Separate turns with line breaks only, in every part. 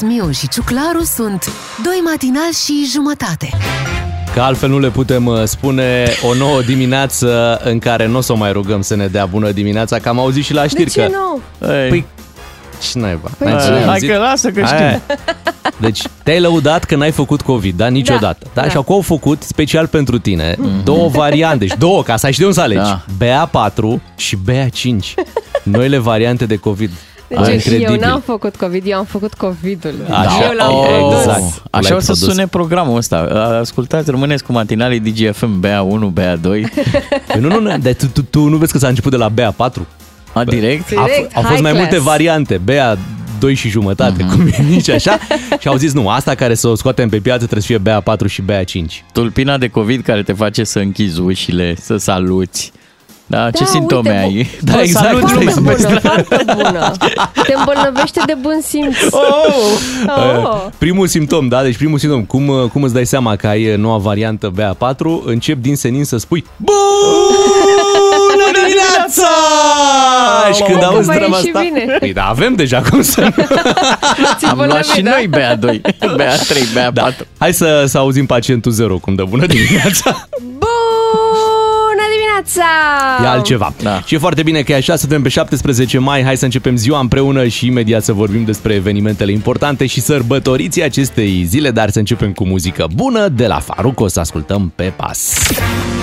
Miu și Ciuclaru sunt Doi matinal și jumătate
Că altfel nu le putem uh, spune o nouă dimineață în care nu o să o mai rugăm să ne dea bună dimineața, că am auzit și la știri
De ce
că...
nu?
Păi, ce naiba?
Păi
N-ai
ce?
auzit?
Hai că lasă că
Aia e.
știu.
Deci te-ai lăudat că n-ai făcut COVID, da? Niciodată. Da.
Da. Mhm.
da? Și acum au făcut, special pentru tine, două variante. Deci două, ca să ai și de unde să alegi.
Da.
BA4 și BA5. Noile variante de COVID. Ah,
Deci
E
eu n-am făcut COVID, eu am făcut COVID-ul.
Așa.
Eu l-am
Oh.
produs.
Exact. L-ai
Așa o să
produs.
sune programul ăsta. Ascultați, rămâneți cu matinalii DGFM BA1, BA2.
Păi Nu, nu, nu, dar tu, tu, tu nu vezi că s-a început de la BA4?
A, direct?
A,
Direct,
au fost
high
mai
class.
multe variante. Bea 2 și jumătate,
Mhm.
cum e nici așa. Și au zis, nu, asta care să o scoatem pe piață trebuie să fie Bea 4 și Bea 5.
Tulpina de COVID care te face să închizi ușile, să saluți. Da, ce
Da,
simptome
uite,
ai?
bu-
Da, exact.
Foarte
Trebuie să
bună, foarte bună. Te îmbolnăvește de bun simț. Oh.
Uh, Primul simptom, da, deci primul simptom, cum, uh, cum îți dai seama că ai uh, noua variantă Bea 4, încep din senin să spui Bună dimineața! și când
Că
auzi
mai e
treaba
și
asta,
bine.
Păi, da, avem deja cum să nu
Am luat și noi BA2, BA3, BA4.
Da. Hai să, să auzim pacientul 0 cum dă bună dimineața.
Bună dimineața!
E altceva.
Da.
Și e foarte bine că e așa, suntem pe 17 mai, hai să începem ziua împreună și imediat să vorbim despre evenimentele importante și sărbătoriții acestei zile, dar să începem cu muzică bună de la Faruco, să ascultăm pe pas.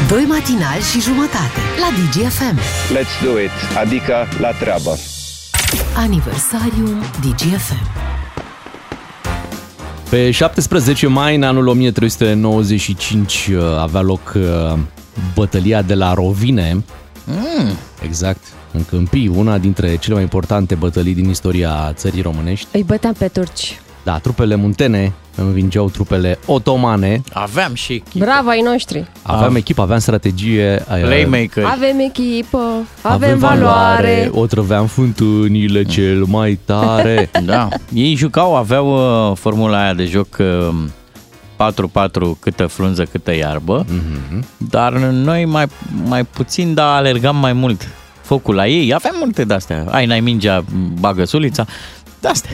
Doi matinal și jumătate La DGFM
Let's do it, adică la treabă.
Aniversariul DGFM
Pe 17 mai, în anul 1395, uh, avea loc uh, bătălia de la Rovine. Mm. Exact, în Câmpii, una dintre cele mai importante bătălii din istoria țării românești.
Îi băteam pe turci.
Da, trupele muntene învingeau trupele otomane.
Aveam și echipă.
Bravo ai noștri!
Aveam echipă, aveam strategie. eh,
Playmaker.
Avem echipă, avem valoare.
O trăveam fântânile cel mai tare.
Mm. Da. Ei jucau, aveau uh, formula aia de joc uh, 4-4 câtă frunză, câtă iarbă, mm-hmm. dar noi mai, mai puțin, dar alergam mai mult focul la ei. Aveam multe de-astea. Ai, n-ai mingea, bagă sulița. De-astea.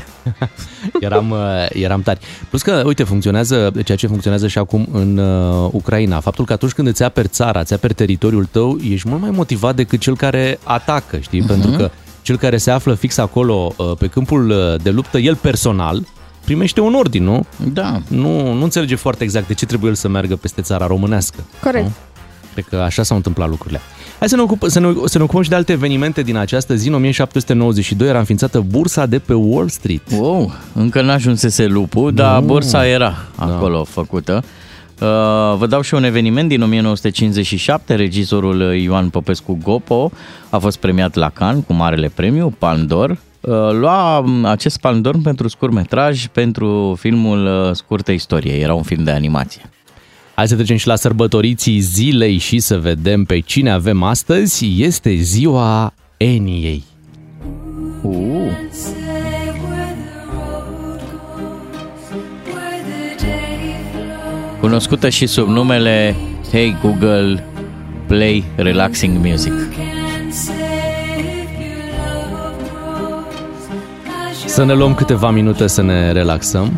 Eram, eh, eram tari. Plus că, uite, funcționează ceea ce funcționează și acum în eh, Ucraina. Faptul că atunci când îți aperi țara, îți aperi teritoriul tău, ești mult mai motivat decât cel care atacă, știi? Pentru că cel care se află fix acolo, eh, pe câmpul eh, de luptă, el personal, primește un ordin, nu?
Da.
nu, nu înțelege foarte exact de ce trebuie el să meargă peste țara românească.
Corect.
Cred că așa s-au întâmplat lucrurile. Hai să ne, ocupă, să, ne, să ne ocupăm și de alte evenimente din această zi. În 1792 era înființată bursa de pe Wall Street.
Wow, încă n-a ajunsese lupul, dar Da, bursa era
Da.
acolo făcută. Uh, Vă dau și un eveniment din 1957, regizorul uh, Ioan Popescu Gopo a fost premiat la Cannes cu Marele Premiu, Palm d'Or. Uh, Lua um, acest Palm d'Or pentru scurtmetraj, pentru filmul uh, Scurtă Istorie, era un film de animație.
Hai să trecem și la sărbătoriții zilei și să vedem pe cine avem astăzi. Este ziua Eniei.
Uh, cunoscută și sub numele Hey Google Play Relaxing Music.
Să ne luăm câteva minute să ne relaxăm.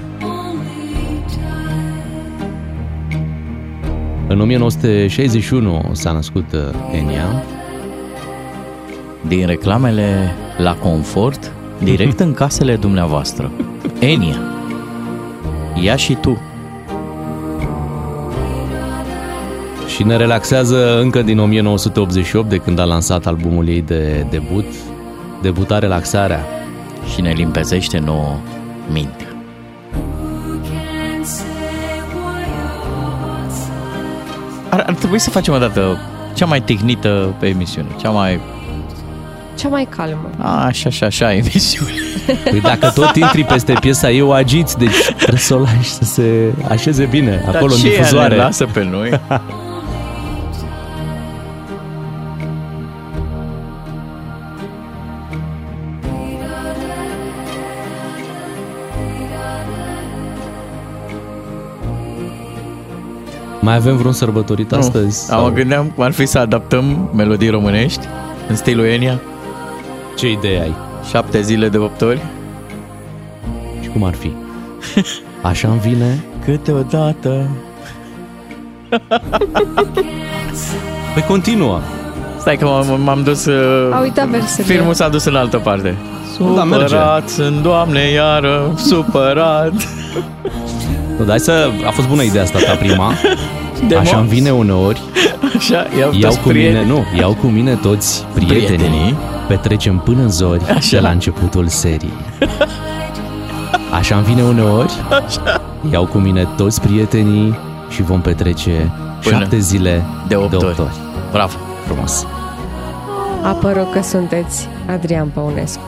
În 1961 s-a născut uh, Enya.
din reclamele la confort direct în casele dumneavoastră. Enia, ia și tu.
Și ne relaxează încă din 1988, de când a lansat albumul ei de debut, Debuta Relaxarea.
Și ne limpezește nouă mintea. Ar, ar trebui să facem o dată cea mai tehnită pe emisiune, cea mai
Cea mai calmă.
așa, așa, așa emisiune.
Păi dacă tot intri peste piesa ei, o agiți, deci trebuie să o lași să se așeze bine acolo în
ce ea
difuzoare.
ne lasă pe noi.
Mai avem vreun sărbătorit astăzi?
Am mă gândeam cum ar fi să adaptăm melodii românești în stilul Enia,
Ce idee ai?
șapte zile de opt ori.
Și cum ar fi? Așa îmi vine
Câteodată
Păi continuă
Stai că m-am, m-am dus uh,
A uitat versele.
Filmul s-a dus în altă parte
Da, merge
Supărat sunt, Doamne, iară Supărat
Nu, Dar hai să... A fost bună ideea asta ta prima
De
Așa îmi
moți.
vine uneori
Așa, iau,
Iau
toți
cu mine,
prietenii.
nu, iau cu mine toți prietenii,
Prietenii.
Petrecem până în zori Așa. de la începutul serii Așa îmi vine uneori Așa. Iau cu mine toți prietenii Și vom petrece
Până
șapte zile
de opt ori. Bravo
Frumos
Apără că sunteți Adrian Păunescu.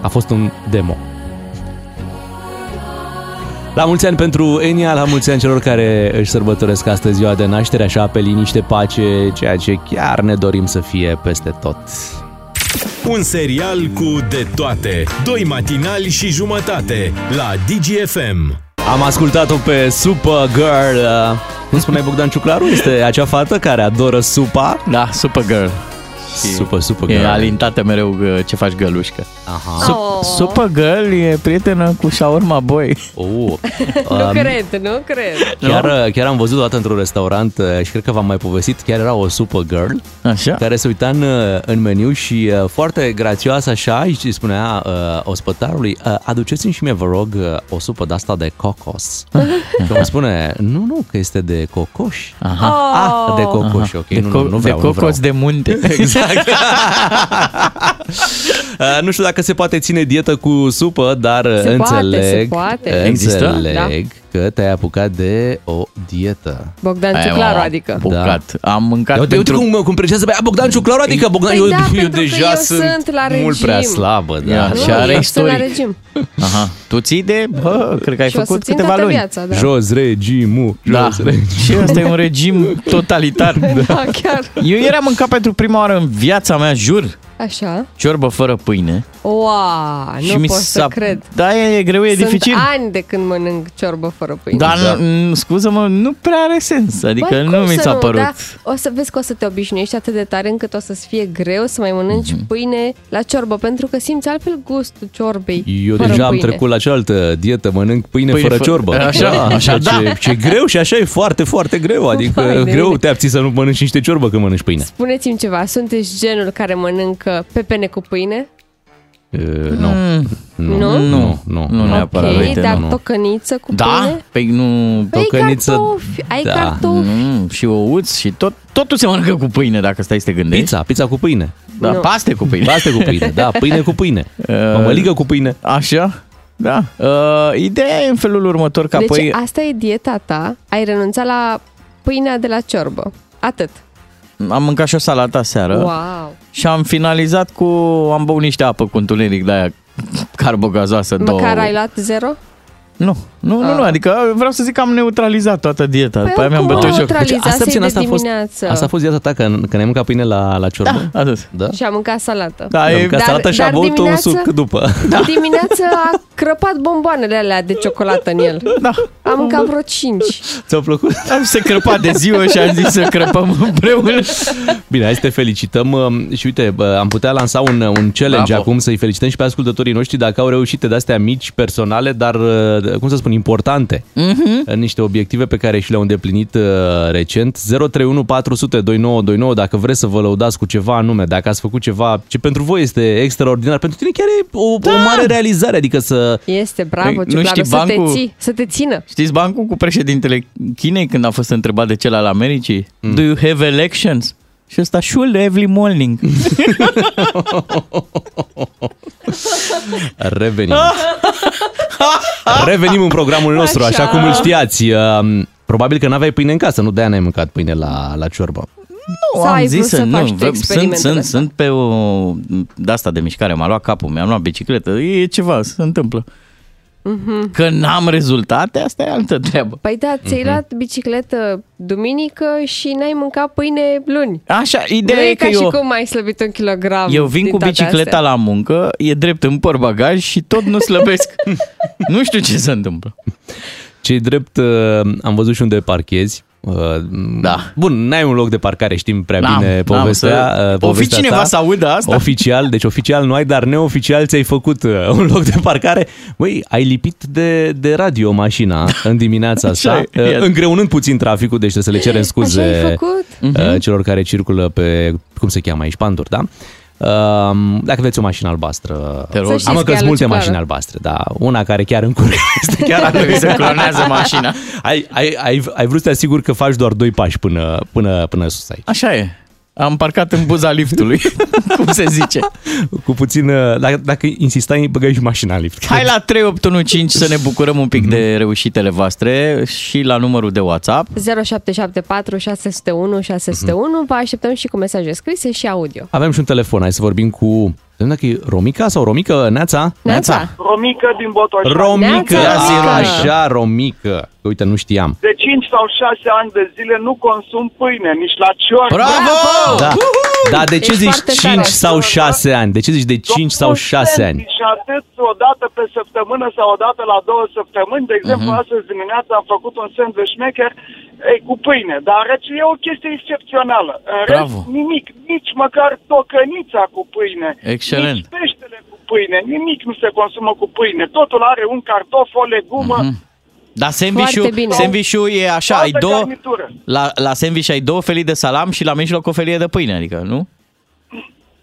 A fost un demo la mulți ani pentru Enia, la mulți ani celor care își sărbătoresc astăzi ziua de naștere, așa pe liniște, pace, ceea ce chiar ne dorim să fie peste tot.
Un serial cu de toate. Doi matinali și jumătate la DGFM.
Am ascultat-o pe Supergirl. uh, Cum spune Bogdan Ciuclaru? Este acea fată care adoră supa.
Da, Supergirl
Super, super
E
girl.
alintată mereu uh, ce faci gălușcă
Aha. Oh.
Sup- Supergirl e prietenă cu shawarma boy
Uh.
Nu cred, nu cred.
Da?
Chiar, uh, chiar am văzut o dată într-un restaurant uh, și cred că v-am mai povestit, chiar era o Supergirl
Așa?
care se uita în, uh, în meniu și uh, foarte grațioasă așa și spunea uh, ospătarului uh, aduceți-mi și mie vă rog uh, o supă de asta de cocos. și îmi spune, nu, nu, că este de cocoș.
Aha.
Oh.
Ah, de cocoș, ok,
de,
nu, nu, nu vreau,
de
nu vreau.
cocos de munte.
Exact. Uh, nu știu dacă se poate ține dietă cu supă, dar uh,
Se
înțeleg,
poate, se poate.
Există?
înțeleg că te-ai apucat de o dietă. Da.
Bogdan
Aia
Ciuclaru,
m-am
adică.
Bucat. Am mâncat
Ia uite,
pentru...
uite cum, cum precează pe aia Bogdan Ciuclaru, adică Bogdan,
Păi
eu,
da,
eu
pentru că
deja
eu
sunt
sunt la
mult
regim.
prea slabă. Da.
Ia,
Așa.
și are
eu sunt la
istoric.
regim.
Aha. Tu ții de... Bă, cred că ai
și o să
făcut
țin
câteva
toată
luni.
viața, da.
Jos regimul,
Da.
jos regimul.
Și ăsta e un regim totalitar.
da, chiar.
Eu ieri am mâncat pentru prima oară în viața mea, jur,
Așa.
ciorbă fără pâine.
Oa,
și
nu
mi
pot
s-a...
să cred.
Da, e, e greu, e
Sunt
dificil.
ani de când mănânc ciorbă fără pâine.
Dar,
Exact.
da. scuză-mă, nu prea are sens. Adică
Băi,
nu
cum
mi
să
s-a părut.
Da? O să vezi că o să te obișnuiești atât de tare încât o să-ți fie greu să mai mănânci
Mhm.
mm-hmm. pâine la ciorbă, pentru că simți altfel gustul ciorbei.
Eu
fără
deja am
pâine.
trecut la cealaltă dietă, mănânc
Pâine
pâine, pâine fără
fă-
ciorbă. Da.
Așa, așa,
ceea Ce, ce e greu și așa e foarte, foarte greu. Adică
Vai de
greu
mine.
te abții să nu mănânci niște ciorbă când mănânci pâine.
Spuneți-mi ceva, sunteți genul care mănâncă pepene cu pâine?
E, nu.
Mm,
Nu,
Nu?
nu, nu,
Nu neapărat,
ok,
uite,
dar
nu, nu.
tocăniță cu
Da?
pâine?
Păi nu...
Păi
Tocăniță,
cartofi, ai
da.
cartofi.
Mm, și ouți și tot, totul se mănâncă cu pâine, dacă stai să te gândești.
Pizza, pizza cu pâine.
Da,
Nu.
paste cu pâine.
Paste cu pâine, da, pâine cu pâine. Mămăligă cu pâine.
Așa? Da. Uh, ideea e în felul următor, că
Deci
apoi...
asta e dieta ta, ai renunțat la pâinea de la ciorbă. Atât.
Am mâncat și o salată seară
Wow.
și am finalizat cu... Am băut niște apă cu întuneric de aia carbogazoasă.
Măcar
două. Deci,
ai luat zero?
Nu, nu, nu, nu,
Ah. adică
adică vreau să zic că am neutralizat toată dieta.
Păi
După aia mi-am
oricum
bătut joc.
neutralizat. Realizasei
puțin,
de
a fost,
dimineață.
asta a fost viața ta, că, că ne-ai mâncat pâine la, la ciorbă?
Da, atât.
Da?
Și a mâncat salată.
Da,
Ai
e,
mâncat
dar-
salată și a
dar
băut un
dimineață-
suc după.
Da. Dimineața a crăpat bomboanele alea de ciocolată în el.
da.
Am mâncat vreo 5.
Ți-a plăcut?
Am se crăpat de ziua și am zis să crăpăm împreună.
Bine, hai să te felicităm um, și uite, uh, am putea lansa un, uh, un challenge
Bravo.
acum să-i felicităm și pe ascultătorii noștri dacă au reușit de astea mici, personale, dar, uh, cum să spun, importante.
Mhm.
Mm-hmm. Niște obiective pe care și le-au îndeplinit uh, recent. 031 400 2929, dacă vreți să vă lăudați cu ceva anume, dacă ați făcut ceva ce pentru voi este extraordinar, pentru tine chiar e o, da. o mare realizare, adică să...
Este, bravo,
Păi,
păi,
nu
Ciuclaru,
știi
să
bancul-
te ții, să te țină.
Știți bancul cu președintele Chinei când a fost întrebat de cel al Americii? Mm. Do you have elections? Și ăsta, sure, every morning.
Revenim.
Ah!
Revenim în programul nostru, așa,
Așa.
cum îl știați. Uh, Probabil că n-aveai pâine în casă, nu de-aia n-ai mâncat pâine la, la ciorbă.
Nu,
Sau ai vrut să
nu,
faci tu
vreau- sunt,
experimentele
sunt,
astea?
sunt pe o... De asta de mișcare, m-a luat capul, mi-am luat bicicletă, e ceva, se întâmplă. Că n-am rezultate, asta e altă treabă.
Mhm. Păi da, ți-ai
Mhm.
luat bicicletă duminică și n-ai mâncat pâine luni.
Așa, Da, ideea
nu
e
e
că
ca și
eu,
cum ai slăbit un kilogram
eu vin
din
cu
toate
bicicleta
astea.
la muncă, e drept în por bagaj și tot nu slăbesc. nu știu ce se întâmplă.
Cei drept, uh, am văzut și unde parchezi, Da. Bun, n-ai un loc de parcare, știm prea
N-am,
bine
n-am,
povestea,
să-
uh,
o fi
povestea
cineva
ta.
să audă asta?
Oficial, deci oficial nu ai, dar neoficial ți-ai făcut uh, un loc de parcare. Băi, ai lipit de, de radio mașina în dimineața asta,
Așa e.
uh, îngreunând puțin traficul, deci trebuie să le cerem scuze
Așa ai făcut?
uh,
Mhm.
celor care circulă pe, cum se cheamă aici, panduri, da? Uh, Dacă aveți o mașină albastră,
Te rog.
Să știți
am că
că e
sunt multe
aluciclară.
mașini albastre, da. Una care chiar încurcă este chiar a
Dacă vi se clonează mașina.
ai, ai, ai, ai vrut să te asiguri că faci doar doi pași până, până, până sus aici.
Așa e. Am parcat în buza liftului, cum se zice.
Cu puțin, uh, dacă, dacă insistai, băgai și mașina în lift.
Hai la 3815 să ne bucurăm un
Mhm.
pic de reușitele voastre și la numărul de WhatsApp.
0774 601 601.
Mhm.
Vă așteptăm și cu mesaje scrise și audio.
Avem și un telefon, hai să vorbim cu... Să vedem dacă e Romica sau Romică, Neața?
Neața!
Romică din Botoșani.
Romică,
Neața,
a,
Romică.
așa, Romică. Că Uite, nu știam.
De 5 sau 6 ani de zile nu consum pâine, nici la ciorba.
Bravo!
Da. Dar de ce
Ești foarte
zici 5
tare.
sau 6 ani? De ce zici de 5 sau 6 ani?
Și atât o dată pe săptămână sau o dată la două săptămâni. De exemplu,
Mhm.
uh-huh. astăzi dimineața am făcut un sandwich maker ei, cu pâine, dar rece e o chestie excepțională. În rest,
Bravo.
nimic, nici măcar tocănița cu pâine,
Excelent.
nici peștele cu pâine, nimic nu se consumă cu pâine. Totul are un cartof, o legumă,
Mhm.
uh-huh.
Dar
Foarte
sandwich-ul,
bine.
sandwich-ul e așa, ai
altă
două...
garnitură.
La, la sandwich ai două felii de salam și la mijloc o felie de pâine, adică, nu?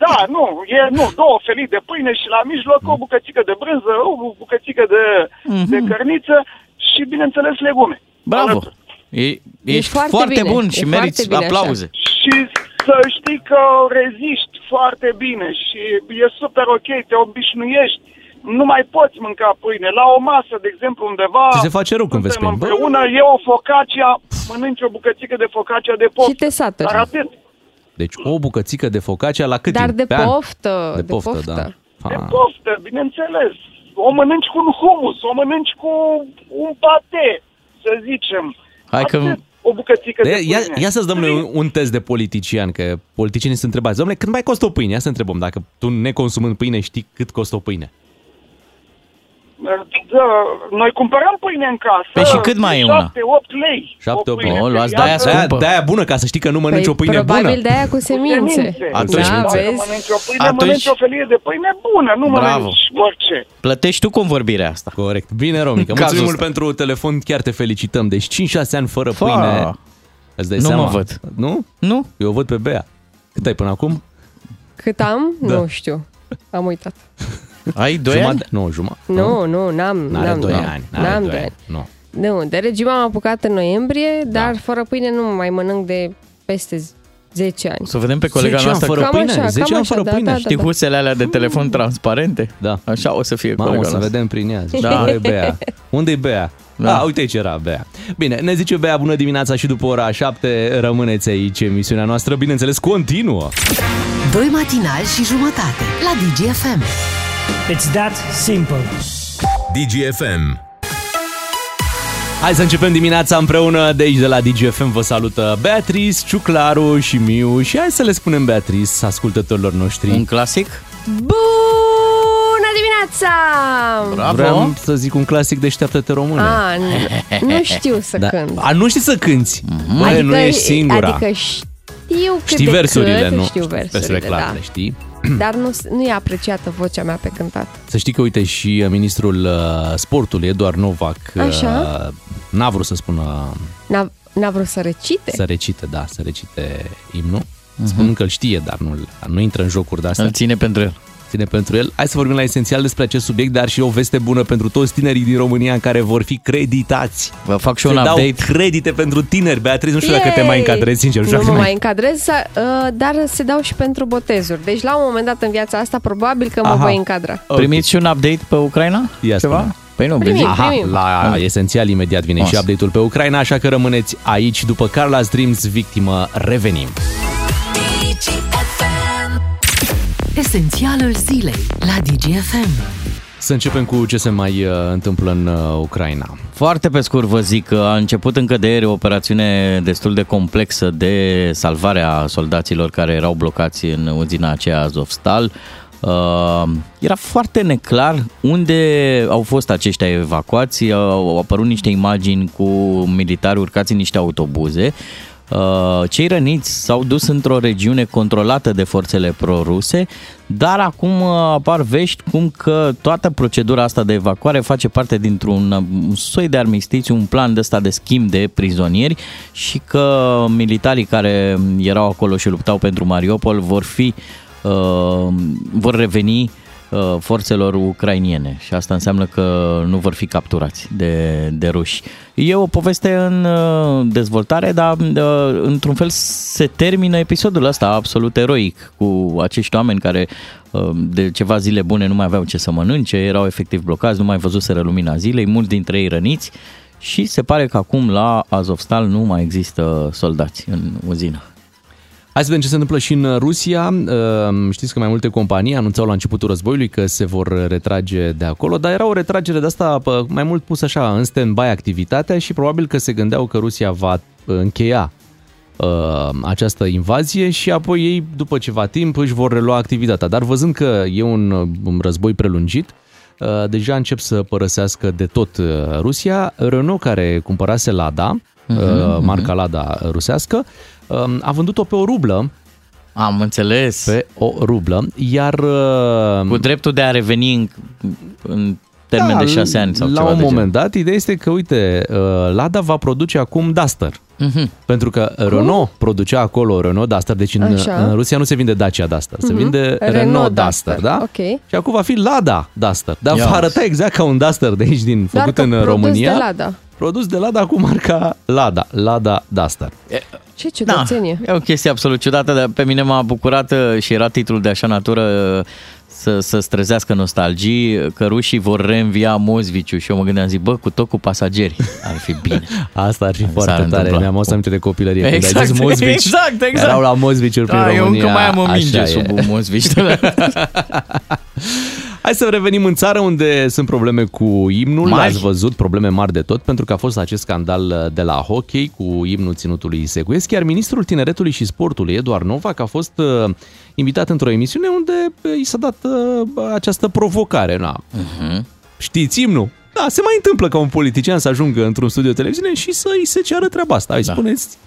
Da, nu, e, nu, două felii de pâine și la mijloc o bucățică de brânză, o bucățică de, mm-hmm. de cărniță și, bineînțeles, legume.
Mhm. Bravo!
Alături.
E, ești
Deci foarte
foarte,
bine,
bun
e
și
foarte
meriți
bine așa.
aplauze.
Și să știi că reziști foarte bine și e super ok, te obișnuiești. Nu mai poți mânca pâine. La o masă, de exemplu, undeva...
Ți se face rău când vezi
suntem
pâine. Bă.
Împreună e o focacia, mănânci o bucățică de focacia de pop.
Și te saturi.
Dar atât.
Deci o bucățică de focaccia la cât
Dar
timp?
de
Pe an?
poftă,
De
de
poftă,
poftă.
da.
De
Ha.
poftă, bineînțeles. O mănânci cu un hummus, o mănânci cu un pate, să zicem.
Hai că-
Atât, O bucățică de,
De, ia,
pâine.
ia să-ți dăm noi un, un test de politician, că politicienii se întrebați, domnule, cât mai costă o pâine? Ia să întrebăm, dacă tu neconsumând pâine știi cât costă o pâine.
Da, noi cumpărăm pâine în casă.
Păi și cât mai e una?
7, 8 lei.
7
o pâine
O, luați
pe
de-aia
piață.
să-
De-aia,
scumpă.
de-aia bună, ca să știi că nu mănânci o pâine
Păi probabil
bună.
de aia cu semințe.
Semințe.
Atunci
da,
Dacă
vezi?
mănânci o pâine,
Atunci-
Atunci... mănânci o felie de pâine bună, nu
Bravo.
mănânci orice.
Plătești tu convorbirea asta.
Corect. Bine, Romica.
În cazul
Mulțumim mult
ăsta.
pentru telefon, chiar te felicităm. Deci 5-6 ani fără
Fa.
pâine. Îți dai
Nu
seama?
mă văd.
Nu?
Nu?
Eu văd pe Bea. Cât ai până acum?
Cât am?
Da.
Nu știu. Am uitat.
Ai doi ani?
Jumate? Nu, jumătate.
Nu, nu, n-am.
N-are
n-am,
2
n-am.
ani.
N-am
N-are 2
doi
ani. Nu.
Nu, de regim am apucat în noiembrie,
Da.
dar fără pâine nu mai mănânc de peste 10 ani.
Să vedem pe colega
10 ani
noastră.
fără
că-
Cam
pâine?
așa,
10
cam
ani
așa,
fără
da,
pâine?
da, da,
Știi
da.
husele alea de telefon transparente?
Da.
Așa o să fie
Mamă, o
colega
să
noastră.
vedem prin ea.
Da.
Da. Unde e Bea? Unde e Bea? Da.
Da.
A, uite aici era Bea. Bine, ne zice Bea, bună dimineața și după ora 7 rămâneți aici. Emisiunea noastră, bineînțeles, continuă.
Doi matinali și jumătate la DGFM.
It's that simple.
DGFM.
Hai să începem dimineața împreună de aici de la DGFM. Vă salută Beatrice, Ciuclaru și Miu și hai să le spunem Beatrice ascultătorilor
Un
noștri.
clasic?
Bună dimineața!
Bravo!
Vreau să zic un clasic deșteaptă-te române.
A, nu, nu știu să da. cânt. Mhm.
A, nu știi să cânti. Mm-hmm. Bă, nu ești singura.
Adică știu cât
știi
de
versurile,
cât,
nu?
Știu versurile,
clar,
da.
le știi.
Dar nu, nu e apreciată vocea mea pe cântat.
Să știi că, uite, și uh, ministrul uh, sportului, Eduard Novak, uh,
Așa.
n-a vrut să spună
N-a, n-a vrut să recite.
să recite, da, să recite imnul. Mm-hmm. Spun că îl știe, dar nu, nu intră în jocuri de astea.
Mhm. Îl ține pentru el.
ține pentru el. Hai să vorbim la esențial despre acest subiect, dar și o veste bună pentru toți tinerii din România în care vor fi creditați.
Vă fac și
Se
un
dau
update.
credite pentru tineri, Beatriz, nu știu dacă te
Yay!
mai încadrezi, sincer. știu
Nu
dacă
mă
te
mai încadrez, sa- uh, dar se dau și pentru botezuri. Deci la un moment dat în viața asta probabil că mă
Aha.
voi încadra.
Ok.
Primiți și un update pe Ucraina?
Ia spune.
Ceva? Păi nu,
Primim.
bine.
Aha,
primim.
la esențial imediat vine
Os.
și update-ul pe Ucraina, așa că rămâneți aici după Carla's Dreams, victimă, revenim.
Esențialul zilei la DGFM.
Să începem cu ce se mai uh, întâmplă în uh, Ucraina.
Foarte pe scurt vă zic că a început în cădere o operațiune destul de complexă de salvare a soldaților care erau blocați în uzina aceea Azovstal. Uh, era foarte neclar unde au fost aceștia evacuați, au- au apărut niște imagini cu militari urcați în niște autobuze. Uh, Cei răniți s-au dus într-o regiune controlată de forțele proruse, dar acum uh, apar vești cum că toată procedura asta de evacuare face parte dintr-un uh, un soi de armistițiu, un plan de ăsta de schimb de prizonieri și că militarii care erau acolo și luptau pentru Mariupol vor fi uh, vor reveni uh, forțelor ucrainiene și asta înseamnă că nu vor fi capturați de, de ruși. E o poveste în uh, dezvoltare, dar uh, într-un fel se termină episodul ăsta absolut eroic cu acești oameni care uh, de ceva zile bune nu mai aveau ce să mănânce, erau efectiv blocați, nu mai văzuseră lumina zilei, mulți dintre ei răniți și se pare că acum la Azovstal nu mai există soldați în uzină.
Hai să vedem ce se întâmplă și în Rusia. Uh, Știți că mai multe companii anunțau la începutul războiului că se vor retrage de acolo, dar era o retragere de asta pă, mai mult pusă așa în stand-by activitatea și probabil că se gândeau că Rusia va încheia uh, această invazie și apoi ei după ceva timp își vor relua activitatea. Dar văzând că e un, uh, un război prelungit, uh, deja încep să părăsească de tot uh, Rusia. Renault care cumpărase Lada, uh, marca Lada rusească, um, a vândut-o pe o rublă,
Am înțeles.
pe o rublă, iar uh, da,
Cu dreptul de a reveni în, în termen de șase ani sau
la
ceva
un
de
moment dat, ideea este că, uite, uh, Lada va produce acum Duster.
Mhm.
Pentru că Renault producea acolo Renault Duster, deci în,
Așa. Mhm.
în Rusia nu se vinde Dacia Duster, se vinde Renault, Duster,
Duster,
da?
ok.
Și acum va fi Lada Duster, dar
Ia
va
uite.
arăta exact ca un Duster de aici, din,
Doar
făcut
că
în
produs
România.
de Lada.
Produs de Lada cu marca Lada, Lada Duster.
Ce ciudățenie.
e o chestie absolut ciudată, dar pe mine m-a bucurat uh, și era titlul de așa natură uh, să, să străzească nostalgii, uh, că rușii vor reînvia Mozviciu și eu mă gândeam, zic, bă, cu tot cu pasageri ar fi bine.
Asta ar fi
s-ar
foarte tare.
întâmpla.
Mi-am adus aminte de copilărie.
Exact,
când ai zis Mozvici,
exact, exact.
Erau la Mozviciuri prin
Da,
România.
eu încă mai am o minge
așa
sub
e.
un Mozvici.
Hai să revenim în țară unde sunt probleme cu imnul.
Mari.
Ați văzut probleme mari de tot pentru că a fost acest scandal de la hockey cu imnul ținutului secuiesc. Iar ministrul tineretului și sportului, Eduard Novac, a fost uh, invitat într-o emisiune unde uh, i s-a dat uh, această provocare. Na.
Mhm. Mm?
Știți imnul? Da, se mai întâmplă ca un politician să ajungă într-un studio de televiziune și să îi se ceară treaba asta. Hai, da. spuneți,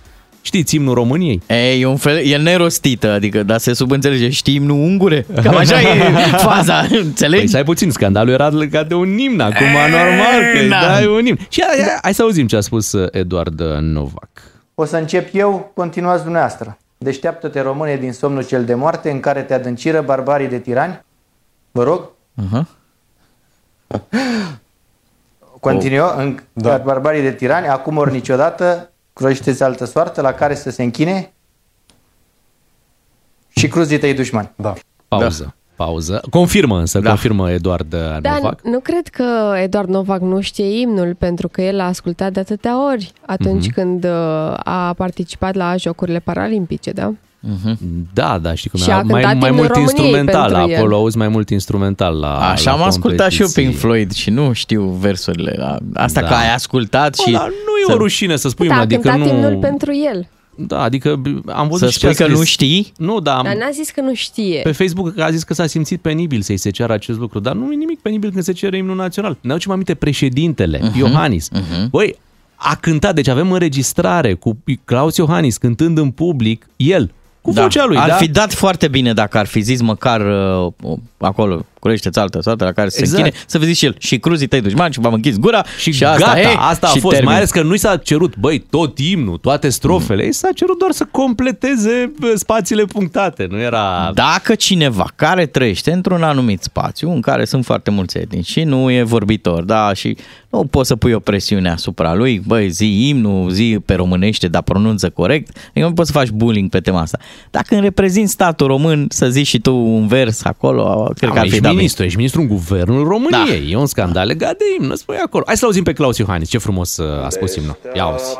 știți imnul României?
Ei, e un fel, e nerostită, adică, dar se subînțelege, știm, nu ungure. Cam așa e faza,
Păi
înțelegi?
să ai puțin, scandalul era legat de un imn acum, normal că îi
da.
dai un imn. Și hai, hai, hai să auzim ce a spus uh, Eduard Novac.
O să încep eu, continuați dumneavoastră. Deșteaptă-te române din somnul cel de moarte în care te adânciră barbarii de tirani. Vă rog,
Aha.
continuă, în da. barbarii de tirani, acum ori niciodată, croiște altă soartă la care să se închine și cruzii tăi dușmani.
Pauză. Da. Pauză. Confirmă însă, da.
Da.
confirmă Eduard uh,
Da,
Novac.
nu cred că Eduard Novac nu știe imnul, pentru că el l-a ascultat de atâtea ori
Mhm.
atunci când uh, a participat la Jocurile Paralimpice, da?
Păi,
Mhm.
Da, da, știi cum
Și
e,
a
mai,
cântat
mai
imnul
mult
României
instrumental
pentru el.
acolo, auzi mai mult instrumental la
Așa
la
am ascultat și eu
competiții.
Pink Floyd și nu știu versurile. La... Asta
Da.
da. că ai ascultat
Bă,
și...
dar nu e o
să-
rușine să spui,
da,
mă,
a
adică
cântat imnul
nu...
pentru el.
Da, adică am văzut
Să
și ce a
spui că
scris.
nu știi?
Nu, da,
Dar
am,
n-a zis că nu știe.
Pe Facebook a zis că s-a simțit penibil să-i se ceară acest lucru, dar nu e nimic penibil când se cere imnul național. Ne aducem aminte președintele,
Mhm,
uh-huh, Iohannis. Uh-huh. Băi, a cântat, deci avem înregistrare cu Claus Iohannis cântând în public, el, cu da, vocea lui.
Ar
da?
fi dat foarte bine dacă ar fi zis măcar uh, o- acolo, curește-ți altă soată la care să
Exact.
se închine, să vezi și el și cruzii tăi dușmani și v-am închis gura
Și,
și, asta,
gata,
e,
asta a
și
fost.
termin.
Mai ales că nu i s-a cerut, băi, tot imnul, toate strofele. Mm. I s-a cerut doar să completeze bă, spațiile punctate. Nu era...
Dacă cineva care trăiește într-un anumit spațiu în care sunt foarte mulți etnici și nu e vorbitor, da, și nu poți să pui o presiune asupra lui, băi, zi imnul, zi pe românește, dar pronunță corect, adică nu poți să faci bullying pe tema asta. Dacă îmi reprezinți statul român, să zici și tu un vers acolo, cred că
Am,
ar fi
ești
da bine.
ministru, ești ministru în guvernul României. Da. E un scandal legat de imn, îți spui acolo. Hai să auzim pe Claus Iohannis, ce frumos uh, a spus imnul. Ia auzi.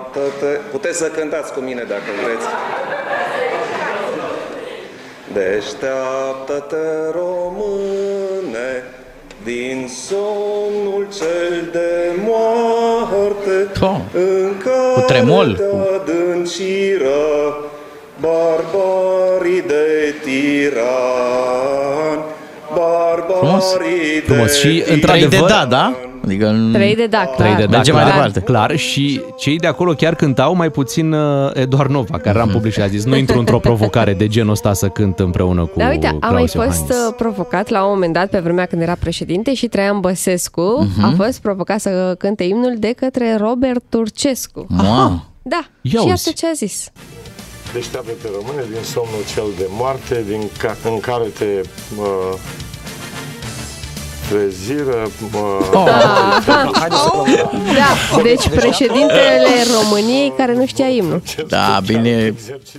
Puteți să cântați cu mine dacă vreți. Deșteaptă-te române din somnul cel de moarte
Tom,
în care
cu tremol.
te adânciră barbarii de tiran
Frumos. Frumos. Și,
Trei de
într-adevăr...
da, da? Adică nu-
Trei de da, clar.
Trei de da,
Mergem mai
clar,
departe.
clar. Și cei de acolo chiar cântau mai puțin uh, Eduard Nova, care l-am public și a zis nu intru într-o provocare de genul ăsta să cânt împreună cu
Da, uite, a mai
Claus
fost
Iohannis.
uh, provocat la un moment dat, pe vremea când era președinte, și Traian Băsescu
Mhm.
a fost provocat să cânte imnul de către Robert Turcescu.
Mamă.
Da,
Ia
și iată
uzi.
ce a zis.
Deșteaptă-te rămâne din somnul cel de moarte, din ca, în care te uh, treziră... Uh,
Da. Da, deci
Deci-
președintele României care nu știa imnul.
Da, bine.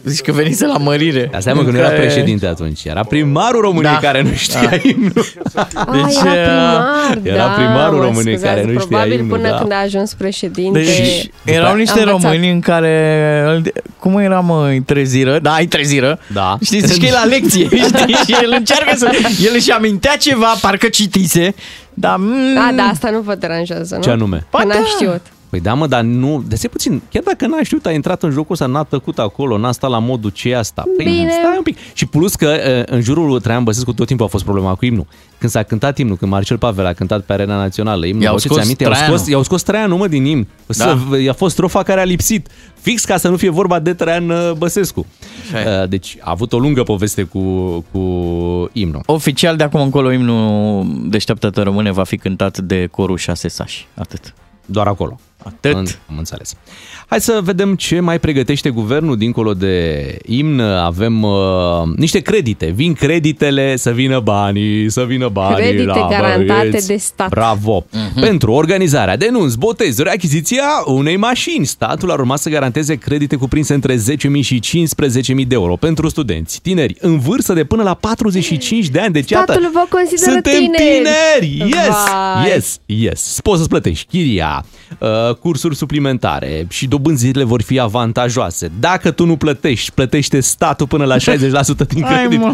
Zici că venise la mărire.
Asta mă, că nu era președinte atunci, era primarul României
Da.
care nu știa
Da.
imnul. uh,
Deci, era primar,
era
da,
primarul
mă
României
scuzați,
care nu știa
Probabil
imnul,
până
da.
când a ajuns președinte.
Deci erau
După-
niște
a învățat.
români în care... îl- Cum era, mă, îi treziră? Da, îi treziră. Da. Știi, zici că e la lecție, știi? Și el încearcă să... El își amintea ceva, parcă citise, dar... mm,
Da, da, asta nu vă deranjează, nu?
Ce anume?
Că n-a știut.
Păi da, mă, dar nu, de se puțin, chiar dacă n-a știut, a intrat în jocul ăsta, n-a tăcut acolo, n-a stat la modul ce e asta. Păi,
Bine.
stai un pic. Și plus că eh, în jurul lui Traian Băsescu tot timpul a fost problema cu imnul. Când s-a cântat imnul, când Marcel Pavel a cântat pe Arena Națională, imnul,
I-au
vă țineți
scos
aminte, i-au
Traianul.
scos, i-au scos Traianul, mă, din imn. Da. I-a fost strofa care a lipsit, fix ca să nu fie vorba de Traian eh, Băsescu. Eh, Deci a avut o lungă poveste cu, cu imnul.
Oficial, de acum încolo, imnul Deșteaptă-te rămâne va fi cântat de corul șase sași. Atât.
Doar acolo.
Atât.
Am înțeles. Hai să vedem ce mai pregătește guvernul dincolo de imn. Avem uh, niște credite. Vin creditele să vină banii, să vină banii
Credite
la
garantate
băieți.
de stat.
Bravo! Pentru organizarea, denunț, botez, reachiziția unei mașini, statul ar urma să garanteze credite cuprinse între 10.000 și 15.000 de euro pentru studenți, tineri în vârstă de până la 45 de ani. Deci,
Statul
iată,
vă consideră
suntem
tineri!
tineri! Yes!
Vai.
Yes! Yes, poți să-ți plătești chiria, uh, cursuri suplimentare și dobânzile vor fi avantajoase. Dacă tu nu plătești, plătește statul până la 60% din
Hai,
credit.
mă.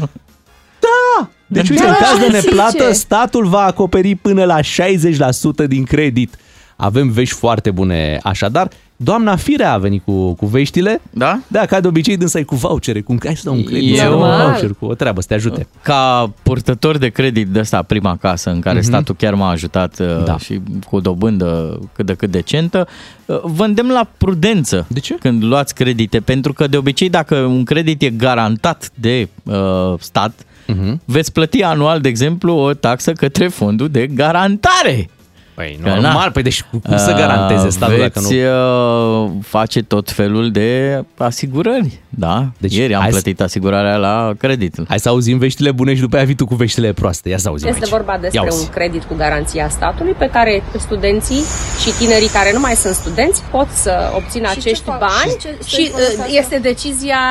Da! Deci, uite,
Da,
în caz de
zice.
neplată, statul va acoperi până la 60% din credit. Avem vești foarte bune, așadar. Doamna Firea a venit cu, cu veștile.
Da?
Da, ca de obicei, dânsa e cu vouchere, cu un cash sau un credit sau un
Normal.
voucher, cu o treabă, să te ajute.
Ca purtător de credit de asta, prima casă, în care
Mhm.
statul chiar m-a ajutat da. și cu o dobândă cât de cât decentă, uh, vă îndemn la prudență de ce? când luați credite, pentru că de obicei dacă un credit e garantat de uh, stat,
Mhm.
uh-huh. veți plăti anual, de exemplu, o taxă către fondul de garantare.
Păi, normal, păi deci cum să
Uh,
garanteze statul dacă nu-
veți, uh, face tot felul de asigurări, da? Deci Ieri am
hai să-
plătit asigurarea la credit.
Hai să auzim veștile bune și după aia vii tu cu veștile proaste. Ia să auzim
Este
aici.
vorba despre
Ia
un
auzi.
credit cu garanția statului pe care studenții și tinerii care nu mai sunt studenți pot să obțină
Și ce
acești
fac?
bani
Și ce- să-i
și uh,
folosească?
este decizia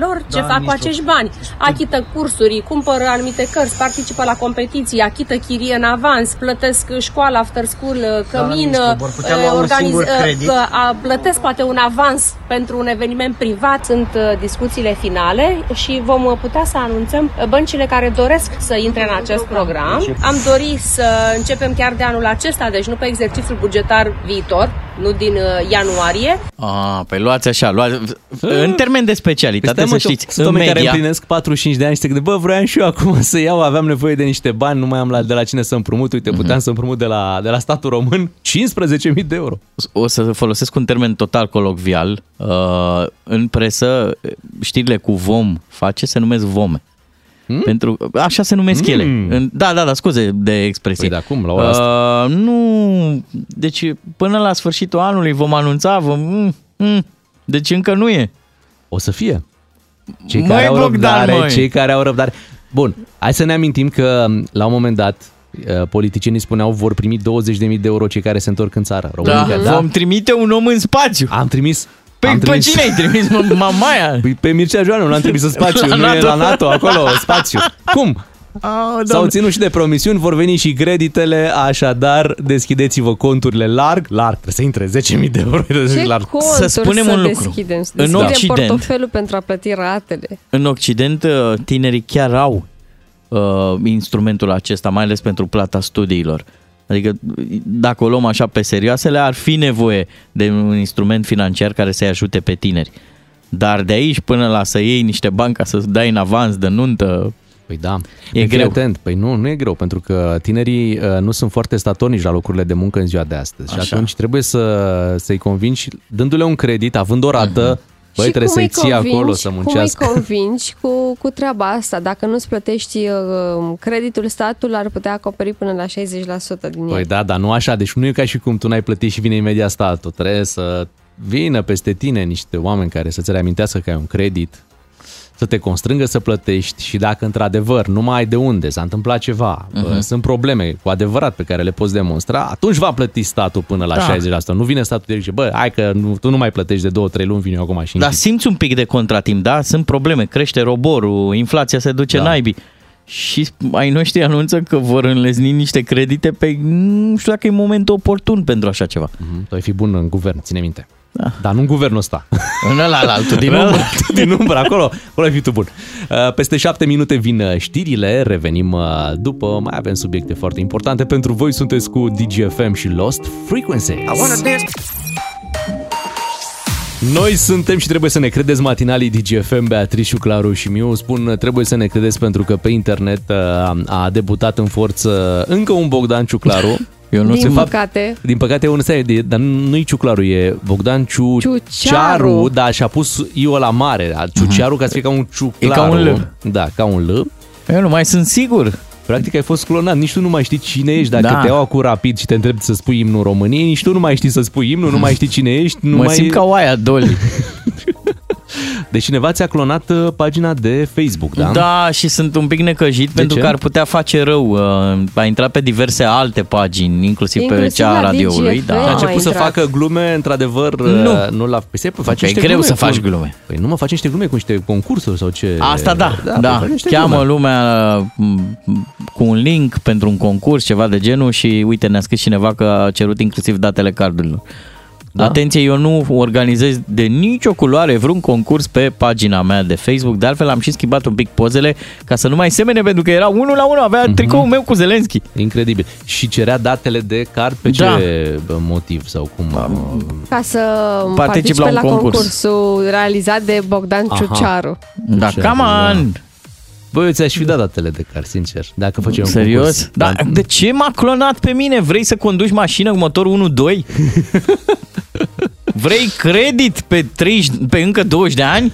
lor ce
Da,
fac cu
nici
acești bani. Achită cursuri, cumpără anumite cărți, participă la competiții, achită chirie în avans, plătesc școala, after school, cămin,
nici nu Da, vor putea lua un singur
uh,
credit.
uh, a- plătesc poate un avans pentru un eveniment privat. Sunt uh, discuțiile finale și vom uh, putea să anunțăm uh, băncile care doresc să intre în acest program. Am dorit să începem chiar de anul acesta, deci nu pe exercițiul bugetar viitor, nu din uh, ianuarie.
Ah, păi luați așa, luați...
Eh.
În termen de specialitate, să știți,
Păi sunt
în
oameni care
media...
împlinesc 45 de ani și se gândesc, bă, vroiam și eu acum să iau, aveam nevoie de niște bani, nu mai am la, de la cine să împrumut, uite,
Mhm.
puteam să împrumut de la, de la statul român 15.000 de euro.
O să folosesc un termen total colocvial. Uh, în presă, știrile cu vom face se numesc vome. Hmm? Pentru, așa se numesc hmm. ele. În- Da, da, da, scuze de expresie. Păi de
acum, da, la ora asta?
Uh, nu, deci până la sfârșitul anului vom anunța, vom... Mm, mm, deci încă nu e.
O să fie. Cei
Uh, Măi,
care au
Bogdan,
răbdare,
măi.
cei care au răbdare. Bun, hai să ne amintim că um, la un moment dat eh, politicienii spuneau vor primi 20.000 de euro cei care se întorc în țară.
Da,
România, da?
vom trimite un om în spațiu.
Am trimis
Păi
am
pe cine ai trimis, mă, mamaia?
Păi pe Mircea Joanu l-am trimis în spațiu,
La
nu e
NATO.
la NATO, acolo, spațiu. Cum?
Oh,
S-au ținut și de promisiuni, vor veni și creditele, așadar deschideți-vă conturile larg, larg, trebuie să intre 10.000 de euro.
Ce
larg.
conturi să deschidem? Să
În
deschidem
Occident.
portofelul pentru a plăti ratele.
În Occident, uh, tinerii chiar au uh, instrumentul acesta, mai ales pentru plata studiilor. Adică, dacă o luăm așa pe serioasele, ar fi nevoie de un instrument financiar care să-i ajute pe tineri. Dar de aici până la să iei niște bani ca să-ți dai în avans de nuntă,
Păi da.
E
Păi fii
greu.
Atent. Păi nu, nu e greu, pentru că tinerii uh, nu sunt foarte statornici la locurile de muncă în ziua de astăzi. Așa. Și
Așa.
atunci trebuie să, să-i convingi, dându-le un credit, având o rată, uh-huh. băi,
Și
trebuie
cum
să-i
îi
ții
convingi-
acolo să muncească.
Cum îi convingi cu, cu treaba asta? Dacă nu-ți plătești uh, creditul, statul ar putea acoperi până la 60% din
Păi
el.
da, dar nu așa, deci nu e ca și cum tu n-ai plătit și vine imediat statul. Trebuie să vină peste tine niște oameni care să-ți reamintească că ai un credit, să te constrângă să plătești și dacă într-adevăr nu mai ai de unde, s-a întâmplat ceva, uh-huh.
Mhm.
sunt probleme cu adevărat pe care le poți demonstra, atunci va plăti statul până la
Da.
da. 60%. Nu vine statul direct și bă, hai că nu, tu nu mai plătești de 2-3 luni, vin eu acum și
Dar simți un pic de contratimp, da? Sunt probleme, crește roborul, inflația se duce da. naibii. Și ai noștri anunță că vor înlezni niște credite pe... Nu știu dacă e momentul oportun pentru așa ceva.
Mhm. Tu ai fi bun în guvern, ține minte. Da. Dar nu în guvernul ăsta.
În ăla, la altul, din
În
umbră.
altul din umbră, acolo, acolo ai fi tu bun. Uh, Peste șapte minute vin uh, știrile, revenim uh, după, mai avem subiecte foarte importante pentru voi, sunteți cu DGFM și Lost Frequencies. Noi suntem și trebuie să ne credeți matinalii DGFM, Beatrice, Claru și Miu. Spun uh, trebuie să ne credeți pentru că pe internet uh, a debutat în forță încă un Bogdan Ciuclaru. Eu
din păcate,
din păcate, un stai, de- dar nu-i Ciuclaru, e Bogdan Ciu- Ciuciaru, da, și-a pus iul la mare, a Ciuciaru, ca să fie ca un Ciuclaru.
E ca un L.
Da, ca un L.
Eu nu mai sunt sigur.
Practic ai fost clonat, nici tu nu mai știi cine ești, Deci dacă
Da.
te iau acum rapid și te întrebi să spui imnul României, nici tu nu mai știi să spui imnul, nu mai știi cine ești. Nu
Mă
mai...
simt ca oaia, Doli.
Deci cineva ți-a clonat uh, pagina de Facebook, da?
Da, și sunt un pic necăjit de pentru
ce?
că ar putea face rău. uh, A intrat pe diverse alte pagini, inclusiv, pe
Inclusiv
cea
la
a radioului. da.
DGFM a început să facă glume, într-adevăr, nu, nu la... Păi, se, face
E
niște
greu
glume
să faci
cu-
glume.
Păi nu mă faci niște glume cu niște concursuri sau ce?
Asta da, da,
păi
da.
faci niște
cheamă
glume.
lumea m, cu un link pentru un concurs, ceva de genul și uite ne-a scris cineva că a cerut inclusiv datele cardurilor. Da. Atenție, eu nu organizez de nicio culoare vreun concurs pe pagina mea de Facebook, de altfel am și schimbat un pic pozele ca să nu mai semene pentru că era unul la unul, avea mm-hmm. tricoul meu cu Zelenski.
Mhm. Incredibil. Și cerea datele de card pe ce
Da.
bă, motiv sau cum?
ca să
Particip
participe
la un
la,
concurs.
concursul realizat de Bogdan
Aha.
Ciuciaru.
Da, come on!
Băi, eu ți-aș fi dat datele de card, sincer, dacă făceam un
Serios?
concurs.
Da, de ce m-a clonat pe mine? Vrei să conduci mașină cu motor 1.2? Vrei credit pe, 30, pe încă 20 de ani?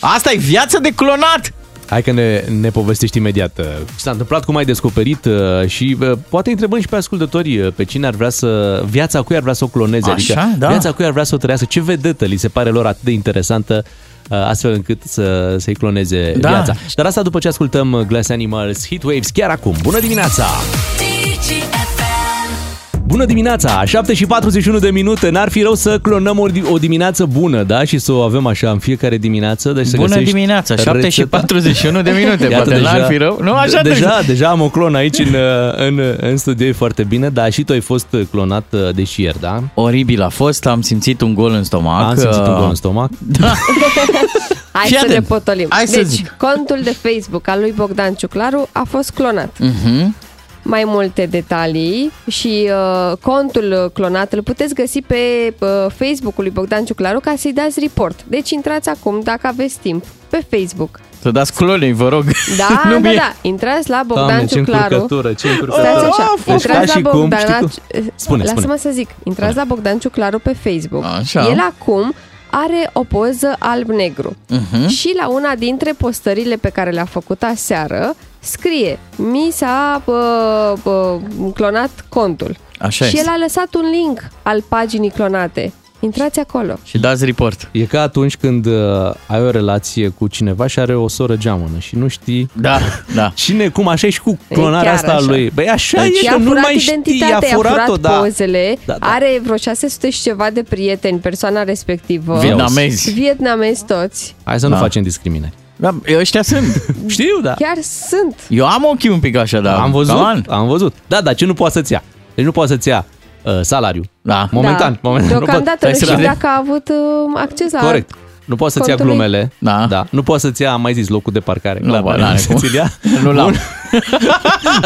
Asta e viață de clonat!
Hai că ne, ne povestești imediat uh, ce s-a întâmplat, cum ai descoperit uh, și uh, poate întrebăm și pe ascultători uh, pe cine ar vrea să, viața cui ar vrea să o cloneze,
Așa,
adică
da.
viața cui ar vrea să o trăiască, ce vedetă li se pare lor atât de interesantă uh, astfel încât să, să-i cloneze
Da.
viața. Dar asta după ce ascultăm uh, Glass Animals Heat Waves chiar acum. Bună dimineața! Bună dimineața! 7 și 41 de minute. N-ar fi rău să clonăm o, o dimineață bună, da? Și să o avem așa în fiecare dimineață. Deci să
Bună
găsești
dimineața, 7 și
rețeta.
41 de minute,
Iată,
poate n-ar fi rău. Nu, așa
de, deja,
trebuie.
deja am o clonă aici în, uh, în, în studio, e foarte bine, dar și tu ai fost uh, clonat uh, deși ieri, da?
Oribil a fost, am simțit un gol în stomac. uh,
Am simțit un gol în
stomac?
Hai
Fii
să ne
atent.
potolim.
Hai să
deci,
zic.
contul de Facebook al lui Bogdan Ciuclaru a fost clonat.
Mm-hmm.
mai multe detalii și uh, contul clonat îl puteți găsi pe uh, Facebook-ul lui Bogdan Ciuclaru ca să-i dați report. Deci intrați acum, dacă aveți timp, pe Facebook.
Să dați clonei, vă rog.
Da,
Nu
da,
mie.
da, intrați la Bogdan Ciuclaru.
ce
Stați așa,
Deci ca
intrați
și
la
cum,
Bogdan... eh,
știi cum? Spune,
Lasă-mă
spune.
să zic, intrați la Bogdan Ciuclaru pe Facebook.
Așa.
El acum are o poză alb-negru.
Hmm?
Mhm.
Și la una dintre postările pe care le-a făcut aseară, scrie Mi s-a bă, bă, clonat contul.
Așa
și
este.
el a lăsat un link al paginii clonate. Intrați acolo.
Și dați report.
E ca atunci când uh, ai o relație cu cineva și are o soră geamănă și nu știi
da, da.
cine, cum, așa e și cu
E
clonarea
chiar
asta a
așa.
lui. Băi, așa
Deci
e,
i-a
că nu
furat
mai știi,
identitatea,
i-a furat-o,
furat
da.
pozele,
Da, da.
are vreo 600 și ceva de prieteni, persoana respectivă.
Vietnamezi.
Vietnamezi toți.
Hai să nu
Da.
facem discriminări.
Da, ăștia sunt.
Știu, da.
Chiar sunt.
Eu am ochii un pic așa, da.
Am văzut,
Come on.
am văzut. Da, dar ce nu poate să-ți ia? Deci nu poate să-ți ia uh, salariu.
Da.
Momentan.
da.
momentan
Deocamdată nu
Hai să
știu
vedem.
dacă a avut um, acces la...
Corect. Nu poate să-ți ia
contului.
glumele. Da. da. Nu poate să-ți ia, am mai zis, locul de parcare.
Nu, bă, n-are cum.
ți-l ia.
Nu l-am.
Bun.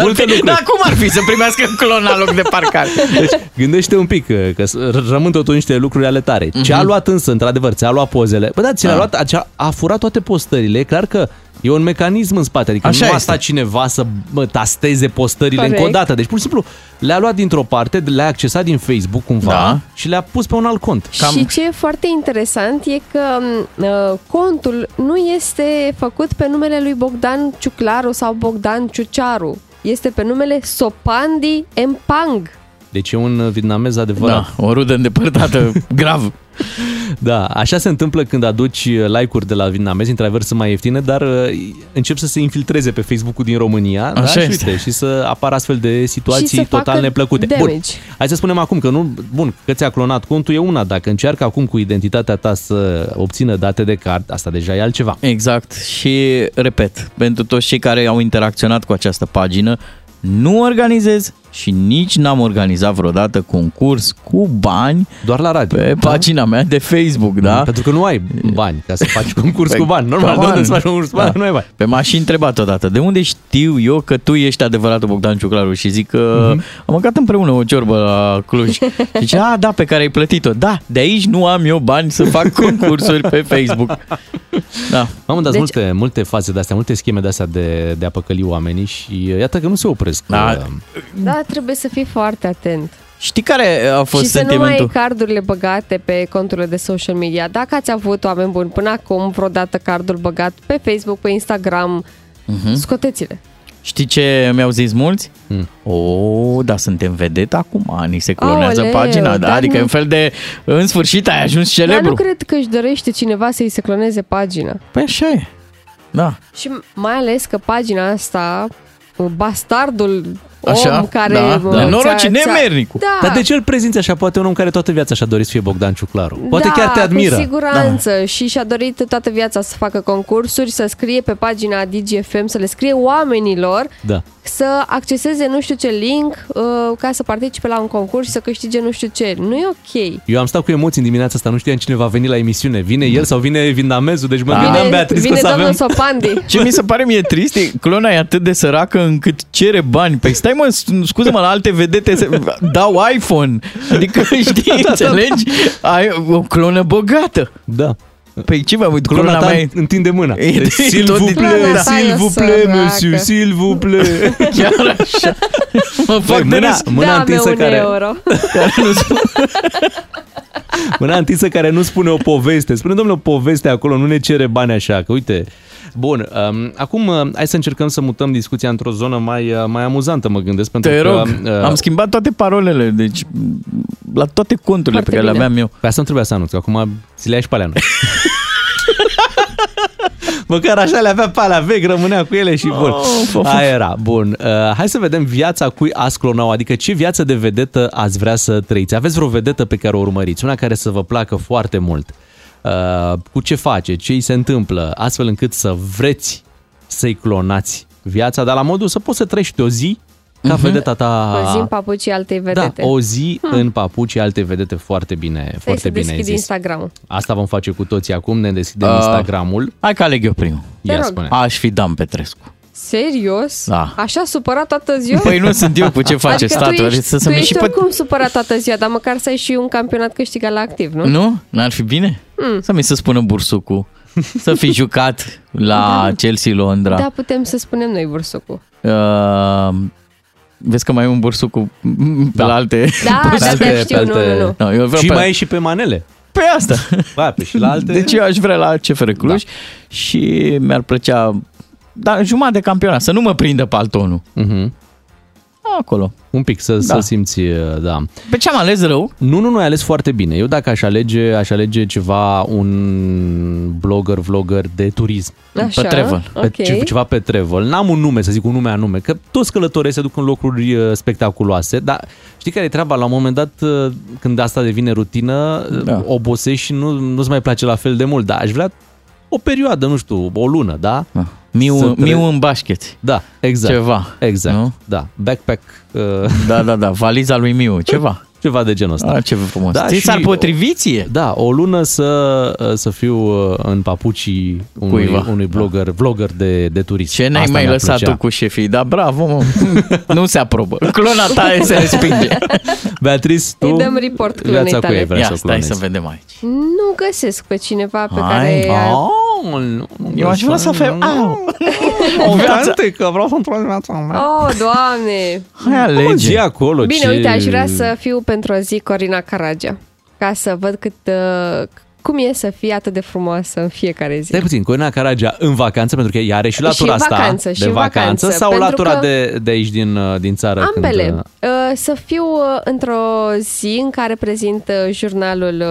Multe lucruri.
Păi, Dar cum ar fi să primească clona loc de parcare?
Deci, gândește un pic că, că s- r- rămân totuși niște lucruri ale
Mhm. Ah.
tare. Ce a luat însă, într-adevăr, ți-a luat pozele. Bă, da, ți-a luat, acea- a furat toate postările. E clar că E un mecanism în spate, adică
Așa
Așa nu a
este.
stat cineva să bă, tasteze postările
Corect.
încă o dată. Deci pur și simplu le-a luat dintr-o parte, le-a accesat din Facebook cumva
Da.
și le-a pus pe un alt cont.
Și ce e foarte interesant e că m, uh, contul nu este făcut pe numele lui Bogdan Ciuclaru sau Bogdan Ciuciaru. Este pe numele Sopandi Empang.
Deci e un uh, vietnamez adevărat.
Da, o rudă îndepărtată, grav.
Da, așa se întâmplă când aduci uh, like-uri de la vietnamezi, într-adevăr sunt mai ieftine, dar uh, încep să se infiltreze pe Facebook-ul din România da?
Așa
și,
este.
uite, și să apară astfel de
Și
situații
să
total
facă
neplăcute. Bun,
damage.
hai să spunem acum că nu, bun, că ți-a clonat contul e una, dacă încearcă acum cu identitatea ta să obțină date de card, asta deja e altceva.
Exact. Și repet, pentru toți cei care au interacționat cu această pagină, nu organizez și nici n-am organizat vreodată concurs cu bani
doar la radio. Mm,
Pe da? pagina mea de Facebook, da? Păi, Pentru
că nu ai bani ca să faci concurs cu bani. Normal, unde să faci concurs cu bani? Nu ai bani.
Da. Pe mașini întrebat odată, de unde știu eu că tu ești adevăratul Bogdan Ciuclaru? Și zic că
Mhm.
mm-hmm. am mâncat împreună o ciorbă la Cluj. Și zice, a, da, pe care ai plătit-o. Da, de aici nu am eu bani să fac concursuri pe Facebook. Da.
Mamă, dar
Deci-
deci... multe, multe faze de astea, multe scheme de astea de, de a păcăli oamenii și uh, iată că nu se opresc. Da.
Da, trebuie să fii foarte atent.
Știi care a fost
și să nu mai ai
sentimentul?
cardurile băgate pe conturile de social media. Dacă ați avut oameni buni până acum vreodată cardul băgat pe Facebook, pe Instagram,
Mhm.
scoteți-le.
Știi ce mi-au zis mulți?
Mm.
O, oh, dar suntem vedet acum, ni se clonează
Aoleu,
pagina, da?
dar
Adică
nu-
e un fel de, în sfârșit ai ajuns
Dar
celebru.
nu cred că își dorește cineva să-i se cloneze pagina.
Păi așa e. Da.
Și mai ales că pagina asta, bastardul
Așa,
om care...
da,
mă,
da.
ți-a-
Nenorocit,
ți-a-
nemernicul.
Da.
Dar de ce îl prezinți așa? Poate un om care toată viața și-a dorit să fie Bogdan Ciuclaru. Poate
da,
chiar te admiră. Da.
cu siguranță și și-a dorit toată viața să facă concursuri, să scrie pe pagina DGFM, să le scrie oamenilor
Da.
să acceseze nu știu ce link uh, ca să participe la un concurs și să câștige nu știu ce. Nu e ok.
Eu am stat cu emoții în dimineața asta, nu știam cine va veni la emisiune. Vine el sau vine vietnamezul, deci mă
Da.
gândeam
Vine-
Beatrice că
Vine
să
domnul
avem...
Sopandi.
Ce mi se pare mie trist e clona e atât de săracă încât cere bani. Păi stai mă, scuze-mă, la alte vedete se dau iPhone. Adică știi,
da, da.
înțelegi? Ai o clonă bogată.
Da.
Păi ce mai mult,
Clona
clona
ta
mea e-
întinde mâna.
E de-
S'il
tot
vous
din-
plaît,
Da.
s'il vous plaît, monsieur, s'il vous plaît.
Chiar așa. Mă fac de
mâna-
râs.
mâna Da, întinsă meu, un care-
euro.
Mâna întinsă care nu spune o poveste. Spune, domnule, o poveste acolo, nu ne cere bani așa, că uite. Bun, um, acum um, hai să încercăm să mutăm discuția într-o zonă mai, uh, mai amuzantă, mă gândesc. Pentru
Te
că, uh,
rog, am schimbat toate parolele, deci la toate conturile pe care le aveam eu.
Pe asta nu trebuia să anunț, că acum ți le ai și pe alea noi. Măcar așa le avea pe alea vechi, rămânea cu ele și bun.
of, of.
Aia era, bun. Uh, hai să vedem viața cui ați clonau, adică ce viață de vedetă ați vrea să trăiți. Aveți vreo vedetă pe care o urmăriți, una care să vă placă foarte mult. Uh, cu ce face, ce îi se întâmplă, astfel încât să vreți să-i clonați viața, dar la modul să poți să trăiești o zi ca
Mhm.
vedeta ta.
O zi în papucii altei vedete.
Da, o zi
Hmm.
în papuci, alte vedete foarte bine,
Trebuie
foarte
să
bine ai
deschid
zis.
Instagram-ul.
Asta vom face cu toții acum, ne deschidem
Ah.
Instagramul.
Hai că aleg eu primul.
Ia Te rog. spune.
Aș fi Dan Petrescu.
Serios?
Da.
Așa supărat toată ziua?
Păi nu sunt eu, cu ce face
adică
statul?
tu ești,
Să- să
tu
mi
ești
și pe-
oricum supărat toată ziua, dar măcar să ai și un campionat câștigat la activ, nu?
Nu? N-ar fi bine?
Mm.
Să mi se spună bursucu. Să fi jucat la Chelsea Londra.
Da, putem să spunem noi bursucul.
Uh, vezi că mai e un bursucu pe da. la alte...
Da,
pe
da,
alte-
da,
pe
știu,
alte-
nu, nu,
No, eu vreau
și
pe...
mai e și pe manele.
Pe Păi asta.
Ba, pe și la alte...
Da. Deci eu aș vrea la CFR Cluj da. și mi-ar plăcea... Da, jumătate de campionat, să nu mă prindă paltonul.
Mhm.
Acolo.
Un pic să, da. să
Da.
simți, da.
Pe ce am ales rău?
Nu, nu, nu, ai ales foarte bine. Eu dacă aș alege, aș alege ceva, un blogger, vlogger de turism.
Așa, Pe travel.
Pe,
ok.
ce- Ceva pe travel. N-am un nume, să zic un nume anume, că toți călătorii se duc în locuri uh, spectaculoase, dar știi care e treaba? La un moment dat, uh, când asta devine rutină, da. obosești și nu, nu-ți mai place la fel de mult, dar aș vrea o perioadă, nu știu, o lună, da?
Miu-
Să
miu în bașchet.
Da, exact.
Ceva.
Exact,
Nu?
da. Backpack. Uh,
Da, da, da, valiza lui Miu, ceva.
Păi, Ceva de genul ăsta.
A, ce frumos. Ți s-ar potrivi ție?
Da, o lună să, să fiu uh, în papucii unui,
Cuiva. Da.
unui blogger, vlogger de, de turism.
Ce n-ai
Asta
mai
mi-ar
lăsat
plăcea.
tu cu șefii? Da, bravo, mă. nu se aprobă. Clona ta se respinge.
Beatriz, tu...
Îi dăm report clonei
viața cu
tale.
ei vrea
Ia,
să o
stai
clonezi.
să vedem aici.
Nu găsesc pe cineva pe
Hai.
care...
Oh.
Nu, nu, nu
Eu aș vrea să fac... Au!
o viață. că vreau să într-o viață mea.
Oh, doamne!
Hai alege. Zi acolo
Bine,
ce...
uite, aș vrea să fiu pentru o zi Corina Caragea, ca să văd cât, uh, cum e să fii atât de frumoasă în fiecare zi.
Stai puțin, Corina Caragea în vacanță, pentru că ea are și latura
Și în
asta
vacanță, și
de
în
vacanță,
vacanță,
sau
pentru
latura
că-
de, de aici din, uh, din țară.
Ambele.
Când, uh,
Uh, Să fiu uh, într-o zi în care prezint uh, jurnalul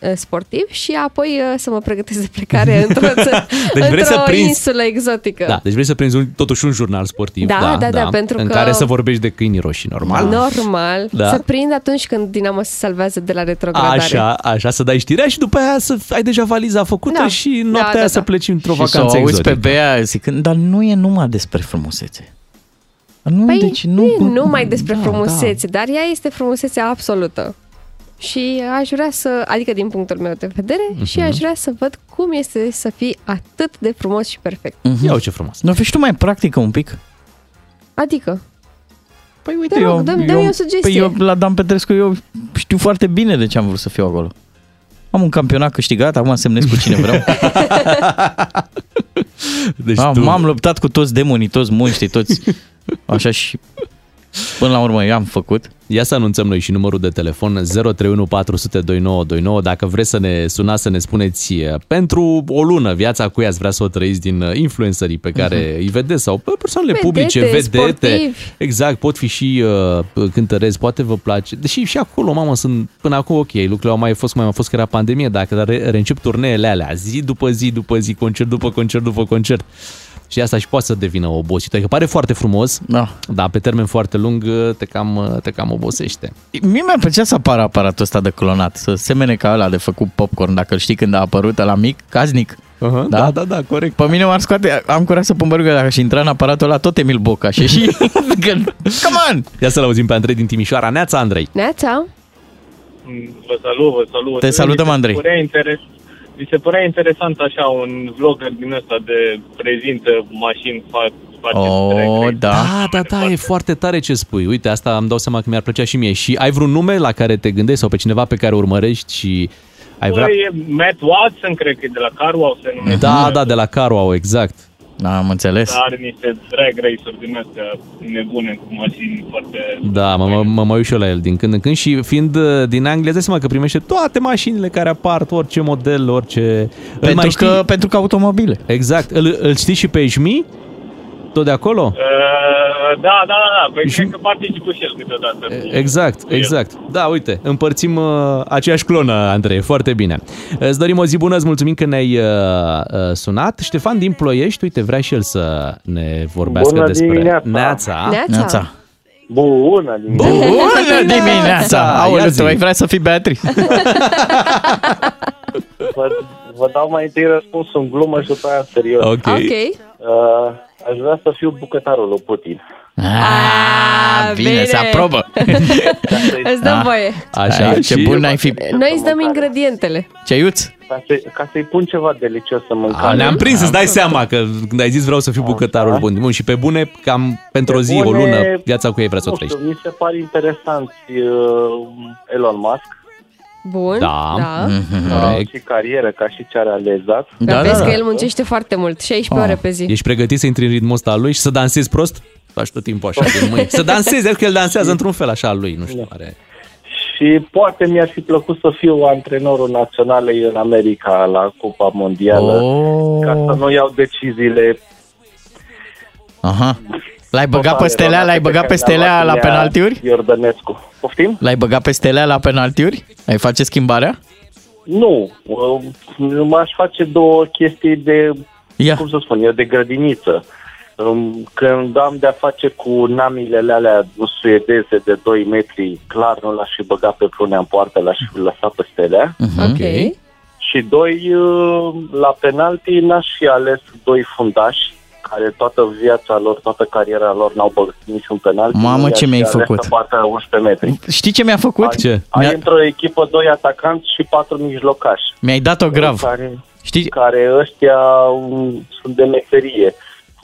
uh, sportiv și apoi uh, să mă pregătesc de plecare într-o, ță-
Deci vrei să
într-o
prinzi-
insulă exotică.
Da, deci vrei să prinzi un, totuși un jurnal sportiv.
Da,
da,
da, da, pentru
în
că-
care să vorbești de câini roșii, normal.
Normal.
Da.
Să prind atunci când Dinamo se salvează de la retrogradare.
Așa, așa, să dai știrea și după aia să ai deja valiza făcută
Da.
și noaptea
Da, da,
aia
da.
să pleci într-o
Și să o
vacanță
auzi
exotică.
pe Bea zicând, dar nu e numai despre frumusețe. Nu,
Păi
deci
nu,
nu,
e numai despre frumusețe, dar ea este frumusețea absolută. Și aș vrea să, adică din punctul meu de vedere, și aș vrea să văd cum este să fii atât de frumos și perfect.
Ia uite ce frumos.
Mhm. Nu fii și tu mai practică un pic?
Adică,
Păi
uite, Te rog, eu- dă-mi- dă-mi eu- o sugestie.
Păi eu la Dan Petrescu eu știu foarte bine de ce am vrut să fiu acolo. Am un campionat câștigat, acum semnez cu cine vreau.
deci
am,
tu-
M-am luptat cu toți demonii, toți monștrii, toți așa și până la urmă i-am făcut.
Ia să anunțăm noi și numărul de telefon 031 400 2929 dacă vreți să ne sunați să ne spuneți eh, pentru o lună viața cu ați vrea să o trăiți din eh, influencerii pe
Mhm.
care îi vedeți sau pe persoanele
Vedete,
publice, vedete.
sportivi.
Exact, pot fi și uh, cântărezi, poate vă place. Deși și acolo, mamă, sunt până acum ok, lucrurile au mai fost, cum mai au fost că era pandemie, dacă dar re- reîncep turneele alea, zi după zi, după zi, concert după concert după concert. Și asta și poate să devină obosită, că pare foarte frumos,
da.
dar pe termen foarte lung uh, te cam, uh, te cam obosește.
Mie mi-ar plăcea să apară aparatul ăsta de clonat, să semene ca ăla de făcut popcorn, dacă îl știi când a apărut la mic, caznic.
Uh-huh, da, da, da, corect.
Pe mine m-ar scoate, am curat să pun bărgă dacă și intra în aparatul ăla, tot Emil Boca și și come on!
Ia să-l auzim pe Andrei din Timișoara. Neața, Andrei.
Neața?
Vă salut, vă salut.
Te salutăm,
Mi se
Andrei.
Părea interes... Mi se părea interesant așa un vlogger din ăsta de prezintă mașini, fac, face
Oh, da. Da, da, da, e foarte tare ce spui. Uite, asta îmi dau seama că mi-ar plăcea și mie. Și ai vreun nume la care te gândești sau pe cineva pe care urmărești și ai vrea...
Păi, e Matt Watson, cred că e de la Carwow se numește.
Da, da, de la Caroau, exact.
Da, Am
Da,
înțeles.
Are niște drag racer din astea nebune cu mașini foarte...
Da, mă, mă, mă mai uit și eu la el din când în când și fiind uh, din Anglia, îți dai seama că primește toate mașinile care apar, orice model, orice... Îl
Pentru că- pentru că automobile.
Exact. Îl, îl știi și pe Jmi? Tot de acolo?
Ă,
Uh, da, da, da, da. Păi cred că participă și el câteodată.
Exact, exact. Da, uite, împărțim uh, aceeași clonă, Andrei, foarte bine. Îți dorim o zi bună, îți mulțumim că ne-ai uh, uh, sunat. Ștefan din Ploiești, uite, vrea și el să ne vorbească
Bună
despre...
dimineața!
Neața!
Neața. Neața.
Bună
dimineața!
Bună dimineața!
Ia
Aoleu,
zi.
tu ai Păi vrea să fii Beatrice.
Vă, vă dau mai întâi răspunsul în glumă și după aia în serios.
Ok.
Ok.
Uh, aș vrea să fiu bucătarul lui Putin.
Ah,
A, bine,
bine.
se aprobă.
Îți
Da.
dăm voie.
Așa,
Ai,
ce
și-
bun ai fi.
Noi îți dăm ingredientele.
Ceiuț?
Ca, să, ca să-i pun ceva delicios să mâncare.
A, Ah, ne-am prins, îți dai seama că când ai zis vreau să fiu bucătarul bun. Bun, și pe bune, cam pentru o zi, o
bune,
lună, viața cu ei vrea să o
Nu
trăiești.
știu, mi se pare interesant uh, Elon Musk.
Bun. Da. da.
Mhm.
Ca și carieră, ca și ce are
Da,
alezat.
Dar vezi că el muncește foarte mult, 16 ore pe zi.
Ah, Ești pregătit să intri în ritmul ăsta al lui și să dansezi prost? Faci tot timpul așa din mâini. Să dansezi, adică el dansează într-un fel așa al lui, nu știu, are...
Și poate mi-ar fi plăcut să fiu antrenorul naționalei în America la Cupa Mondială,
oh.
ca să nu iau deciziile.
Aha. L-ai băgat pe
totale
stelea, l-ai
eronate
băgat
care
pe
le-a
stelea
luat
la
Lea
penaltiuri?
Iordănescu. Poftim?
L-ai băgat pe stelea la penaltiuri? Ai face schimbarea?
Nu, uh, m-aș face două chestii de,
Ia.
cum să spun eu, de grădiniță. Um, Când am de-a face cu namilele alea suedeze de 2 metri, clar nu l-aș fi băgat pe prunea în poartă, l-aș fi lăsat pe stelea.
Mhm.
Ok.
Și doi, uh, la penalti n-aș fi ales doi fundași care toată viața lor, toată cariera lor n-au băgat niciun penalti.
Mamă,
I-aș
ce mi-ai
fi ales
făcut.
Să bată 11 metri.
Știi ce mi-a făcut? Ce?
Ai într-o echipă doi atacanți și patru mijlocași.
Mi-ai dat-o grav.
Care,
Știi?
care ăștia um, sunt de meserie.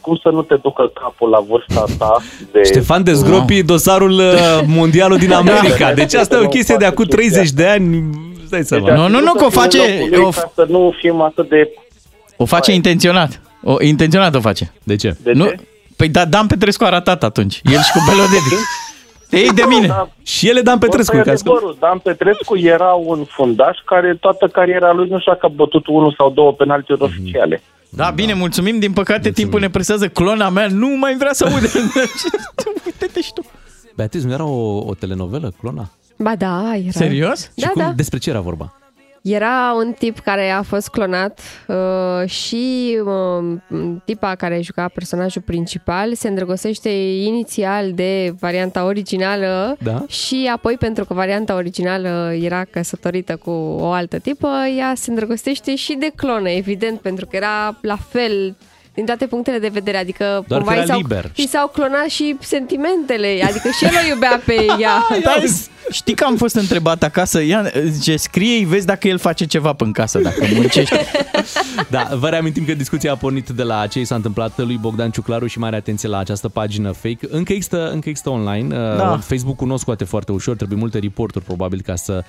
Cum să nu te ducă capul la vârsta ta? De...
Ștefan dezgropi wow. dosarul uh, mondialul din America. Deci asta e o chestie de acum 30 de ani. Stai
Deci
seama.
ar fi vrut să fim în locul lui Ca să nu fim atât de
O face intenționat. O, intenționat o face.
De ce?
De nu? ce? Păi da, Dan Petrescu a ratat atunci. El și cu Belodedi. Te iei de mine. Da.
Și ele Dan Petrescu.
Ăsta
că
e
ascult.
adevărul. Dan Petrescu era un fundaș care toată cariera lui nu știu dacă a bătut unul sau două penaltiuri oficiale.
Da, bine, mulțumim. Din păcate, mulțumim. timpul ne presează. Clona mea nu mai vrea să audă. Uite-te și tu.
Beatriz, nu era o, o telenovelă, clona?
Ba da, era.
Serios?
Da,
și cum,
da.
Despre ce era vorba?
Era un tip care a fost clonat uh, și uh, tipa care juca personajul principal se îndrăgostește inițial de varianta originală
Da.
și apoi pentru că varianta originală era căsătorită cu o altă tipă, ea se îndrăgostește și de clonă, evident, pentru că era la fel din toate punctele de vedere, adică
Doar
cumva
că
i
era
s-au,
liber.
i s-au clonat și sentimentele, adică și el o iubea pe ea.
Da, știi că am fost întrebat acasă, ia, zice, scrie-i, vezi dacă el face ceva până în casă, dacă muncește.
Da, vă reamintim că discuția a pornit de la ce i s-a întâmplat lui Bogdan Ciuclaru și mare atenție la această pagină fake. Încă există, încă există online.
Da.
Uh, Facebook-ul nu o scoate foarte ușor, trebuie multe reporturi probabil ca să...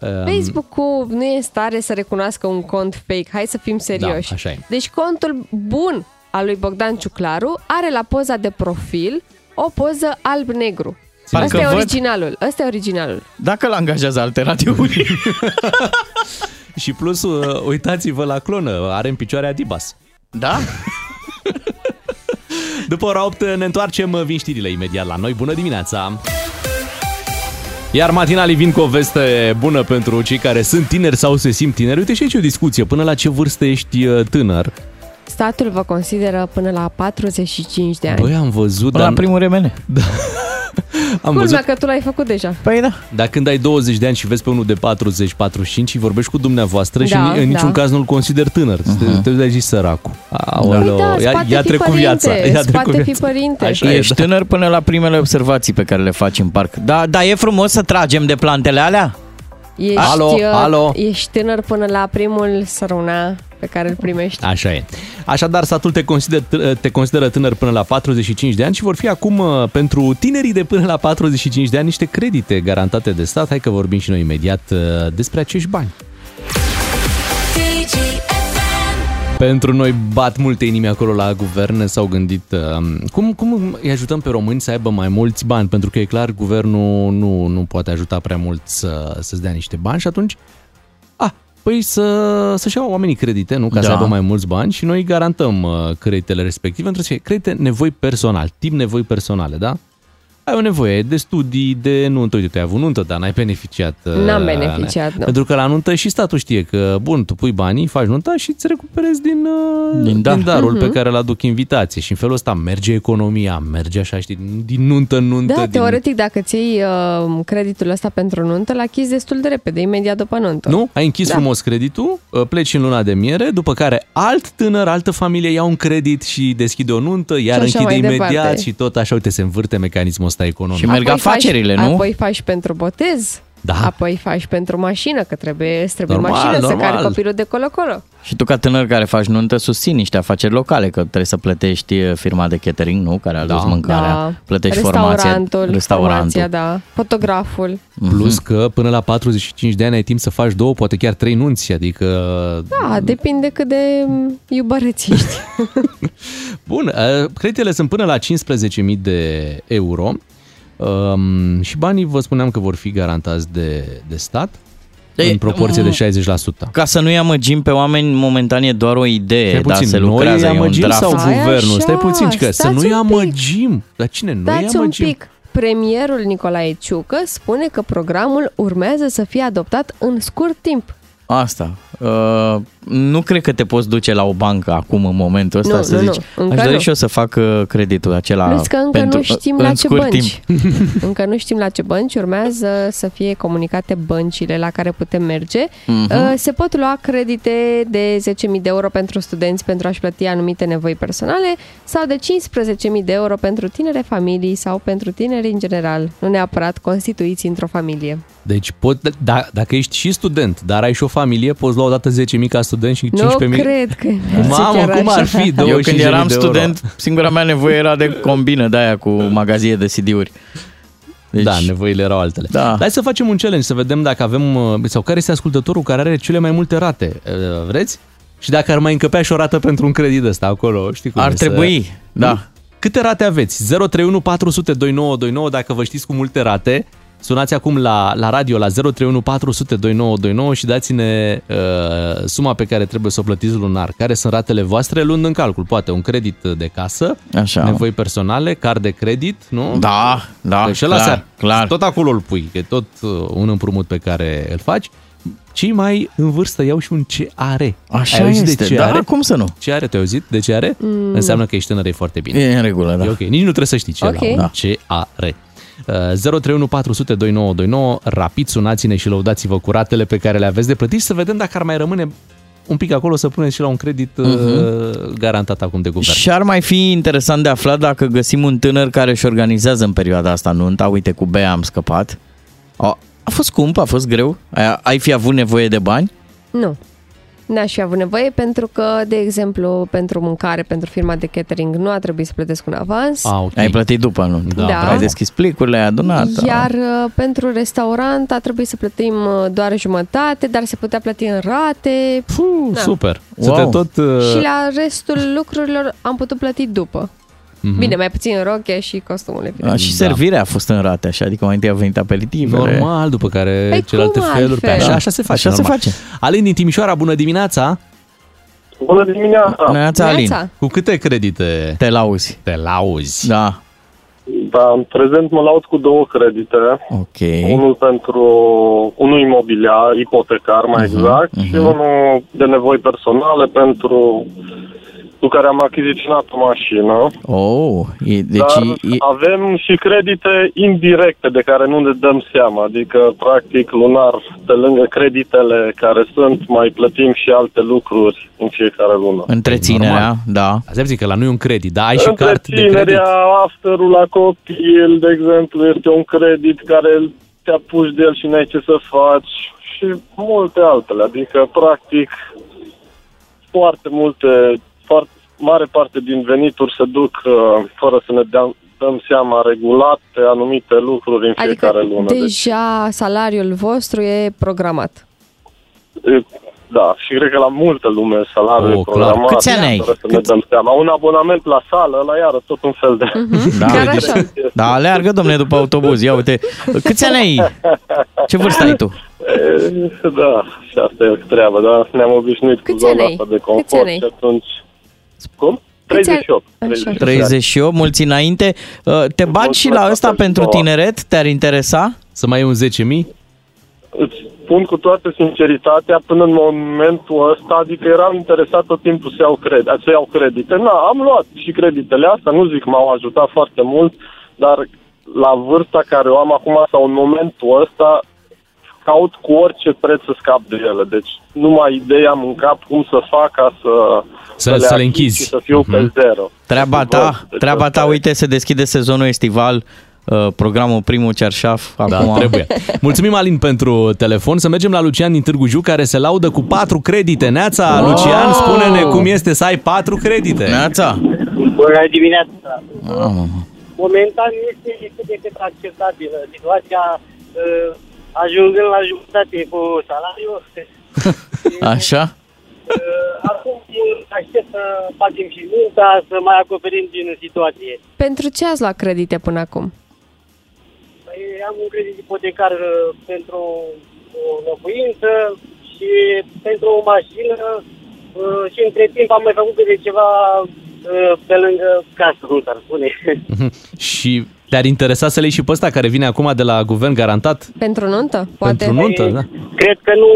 uh,
Facebook-ul nu e în stare să recunoască un cont fake. Hai să fim serioși.
Da, așa e.
Deci contul bun al lui Bogdan Ciuclaru are la poza de profil o poză alb-negru.
Parcă
Asta e
văd.
originalul. Asta e originalul.
Dacă îl angajează alternativul.
Și plus, uh, uitați-vă la clonă, are în picioare Adibas.
Da?
După ora 8 ne întoarcem, vin știrile imediat la noi. Bună dimineața! Iar matinalii vin cu o veste bună pentru cei care sunt tineri sau se simt tineri. Uite și aici e o discuție, până la ce vârstă ești uh, tânăr?
Statul vă consideră până la 45 de ani.
Băi, Păi am văzut,
Până
dar...
la primul remene.
Da. am
Culmea
văzut
că tu l-ai făcut deja.
Păi da.
Dar când ai 20 de ani și vezi pe unul de 40-45 și vorbești cu dumneavoastră și
Da,
ni- în niciun
da.
caz nu-l consider tânăr. Uh-huh. Te vezi zis săracul. Aoleo,
Păi da, îți
Oh, ia,
poate
ia
fi
trecut
părinte,
viața.
îți
Ia trecut
poate fi
viața.
părinte.
Așa e,
Ești
da.
tânăr până la primele observații pe care le faci în parc. Da, da, e frumos să tragem de plantele alea?
Ești,
Alo,
uh,
alo.
ești tânăr până la primul săruna pe care îl primești.
Așa e. Așadar, statul te, consider, te consideră tânăr până la 45 de ani și vor fi acum uh, pentru tinerii de până la 45 de ani niște credite garantate de stat. Hai că vorbim și noi imediat uh, despre acești bani. Pentru noi bat multe inimi acolo la guvern, s-au gândit um, cum, cum îi ajutăm pe români să aibă mai mulți bani, pentru că e clar guvernul nu, nu poate ajuta prea mult să, să-ți dea niște bani și atunci, a, păi să, să-și iau oamenii credite, nu, ca da. să
Da.
aibă mai mulți bani și noi garantăm uh, creditele respective, pentru că e credite nevoi personal, tip nevoi personale, da? Ai o nevoie de studii, de nuntă. Uite, tu ai avut nuntă, dar n-ai beneficiat. uh,
N-am beneficiat, nu.
Pentru că la nuntă și statul știe că, bun, tu pui banii, faci nunta și îți recuperezi din, uh,
Din dar.
din darul
Mhm.
pe care îl aduc invitație. Și în felul ăsta merge economia, merge așa, știi, din nuntă în nuntă.
Da,
din...
teoretic, dacă ți iei uh, creditul ăsta pentru nuntă, l achizi destul de repede, imediat după nuntă.
Nu? Ai închis
Da.
da. frumos creditul, uh, pleci în luna de miere, după care alt tânăr, altă familie ia un credit și deschide o nuntă, iar
Și așa
închide
mai
imediat
departe.
și tot așa, uite, se învârte mecanismul ăsta economic.
Și merg afacerile,
faci,
nu?
Apoi faci pentru botez.
Da.
Apoi faci pentru mașină, că trebuie, îți trebuie
Normal,
mașină să
normal.
care copilul de colo-colo.
Și tu ca tânăr care faci nuntă susții niște afaceri locale, că trebuie să plătești eh, firma de catering, nu? Care a adus da, mâncarea,
Da.
plătești
Restaurantul,
formație,
formația,
restaurantul.
da. Fotograful.
Plus
Mhm.
că până la 45 de ani ai timp să faci două, poate chiar trei nunți, adică...
Da, depinde cât de iubăreț ești.
Bun, uh, creditele sunt până la 15.000 de euro um, și banii vă spuneam că vor fi garantați de, de stat
Ei,
în proporție
mm.
de 60%.
Ca să nu-i amăgim pe oameni, momentan e doar o idee,
Stai
da,
puțin,
se
noi
lucrează, e
îi
un
amăgim
draft.
sau
Stai
guvernul?
așa,
Stai puțin, că să
stați
nu-i
un pic.
amăgim. Dar cine? Noi îi
Dați un
amăgim.
pic. Premierul Nicolae Ciucă spune că programul urmează să fie adoptat în scurt timp.
Asta. Uh, nu cred că te poți duce la o bancă acum în momentul ăsta
Nu,
să
nu, nu.
zici.
Încă
Aș dori
nu.
și eu să fac uh, creditul acela
Plus că încă
pentru, uh,
nu știm
în
la ce
scurt
bănci.
Timp.
Încă nu știm la ce bănci urmează să fie comunicate băncile la care putem merge.
Mhm.
Uh, Se pot lua credite de 10.000 de euro pentru studenți pentru a-și plăti anumite nevoi personale sau de 15.000 de euro pentru tinere familii sau pentru tineri în general, nu neapărat constituiți într-o familie.
Deci pot, da, dacă ești și student, dar ai și o familie, poți lua odată 10.000 ca student și 15.000.
Nu cred că merge
Mamă,
chiar
cum
așa.
ar fi?
Eu
25.000
când eram
de euro.
student, singura mea nevoie era de combină de aia cu magazie de CD-uri. Deci,
Da, nevoile erau altele.
Da.
Dar Hai să facem un challenge, să vedem dacă avem, uh, sau care este ascultătorul care are cele mai multe rate. Uh, Vreți? Și dacă ar mai încăpea și o rată pentru un credit ăsta acolo, știi cum
Ar
e să-
trebui, da.
Câte rate aveți? 031 400 2929, dacă vă știți cu multe rate, sunați acum la, la radio la 031 400 2929 și dați-ne uh, suma pe care trebuie să o plătiți lunar. Care sunt ratele voastre, luând în calcul, poate un credit de casă,
Așa.
nevoi personale, card de credit, nu?
Da, da,
Deci ăla
clar,
clar, clar. tot acolo îl pui, că e tot uh, un împrumut pe care îl faci. Cei mai în vârstă iau și un ce are.
Așa
Ai auzit
este,
de ce
da,
are?
cum să nu?
Ce are, te-ai auzit? De ce are?
Mm.
Mm. Înseamnă că ești tânăr, e foarte bine.
E în regulă, da.
E ok, nici nu trebuie să știi ce
Ok.
okay.
Da.
la ce are. Uh, 031 400 2929, rapid sunați-ne și lăudați-vă cu ratele pe care le aveți de plătit și să vedem dacă ar mai rămâne un pic acolo să puneți și la un credit uh
Mhm.
garantat acum de guvern.
Și ar mai fi interesant de aflat dacă găsim un tânăr care își organizează în perioada asta nunta. Uite, cu Bea am scăpat. A, a fost scump, a fost greu. Ai, ai fi avut nevoie de bani?
Nu. N-aș fi avut nevoie pentru că, de exemplu, pentru mâncare, pentru firma de catering, nu a trebuit să plătesc un avans.
Ah,
Ai plătit după nuntă.
Da, Da. bravo.
Ai deschis plicurile, ai adunat.
Iar uh, pentru restaurant a trebuit să plătim uh, doar jumătate, dar se putea plăti în rate. Puh,
Da. Super. Wow. Să te tot... uh,
Și la restul lucrurilor am putut plăti după.
Mhm.
Bine, mai puțin roche și costumul.
A, și
da.
servirea a fost în rate, așa, adică mai întâi au venit aperitivele.
Normal, după care
Păi
celelalte
cum
feluri. Pe
altfel?
așa, așa se face.
Așa se
normal.
face.
Alin din Timișoara, bună dimineața!
Bună dimineața!
Neața, Alin. Neața.
Cu câte credite?
Te lauzi.
Te lauzi.
Da.
Da, în prezent mă laud cu două credite.
Ok.
Unul pentru unul imobiliar, ipotecar mai
Mhm,
exact, și unul de nevoi personale pentru cu care am achiziționat o mașină.
Oh, e, deci
Dar
e- e,
avem și credite indirecte de care nu ne dăm seama, adică practic lunar, pe lângă creditele care sunt, mai plătim și alte lucruri în fiecare lună.
Întreținerea, da.
Asta zic că la noi e un credit, da, ai și card de credit.
Întreținerea, afterul la copil, de exemplu, este un credit care te apuci de el și n-ai ce să faci și multe altele. Adică, practic, foarte multe, foarte, mare parte din venituri se duc uh, fără să ne dăm, dăm seama regulat pe anumite lucruri în
Adică
fiecare lună. deci.
deja salariul vostru e programat.
E, Da, și cred că la multă lume salariul oh,
clar.
programat.
Câți ani ai?
Fără să ne dăm seama. Un abonament la sală, la iară, tot un fel de...
Da, deci, da, aleargă, domne, după autobuz. Ia uite, câți ani ai? Ce vârstă ai tu?
E, Da, și asta e treaba, dar ne-am obișnuit cu
Câți
zona
ani ai?
asta de
Câți
confort
ani ai?
și atunci... Cum?
Câți ani?
38.
Așa.
38, mulți înainte. Uh, Te bagi și la ăsta pentru tineret? Te-ar interesa?
Să mai e un 10.000?
Îți spun cu toată sinceritatea, până în momentul ăsta, adică eram interesat tot timpul să iau, cred, să iau credite. Na, am luat și creditele astea, nu zic m-au ajutat foarte mult, dar la vârsta care o am acum sau în momentul ăsta, caut cu orice preț să scap de ele. Deci numai idei am în cap cum să fac ca să,
Să- să le
achit
închizi. Mhm.
și să fiu mm-hmm. pe zero.
Treaba ta,
Deci
treaba ta, uite, se deschide sezonul estival, uh, programul primul cerșaf.
Da,
acum.
trebuie. Mulțumim, Alin, pentru telefon. Să mergem la Lucian din Târgu Jiu, care se laudă cu patru credite. Neața,
Wow!
Lucian, spune-ne cum este să ai patru credite.
Neața.
Bună dimineața!
Mamă, mă.
Momentan nu este nici de cât acceptabilă situația uh, ajungând la jumătate cu salariul.
Așa?
Uh, acum uh, aștept să facem și munca, să mai acoperim din situație.
Pentru ce ați luat credite până acum?
Păi, Am un credit ipotecar uh, pentru o locuință și pentru o mașină uh, și între timp am mai făcut câte ceva uh, pe lângă casă, cum s-ar spune.
Și te-ar interesa să le iei și pe ăsta care vine acum de la guvern garantat?
Pentru nuntă? Poate.
Păi-
Pentru nuntă, da.
Cred că nu,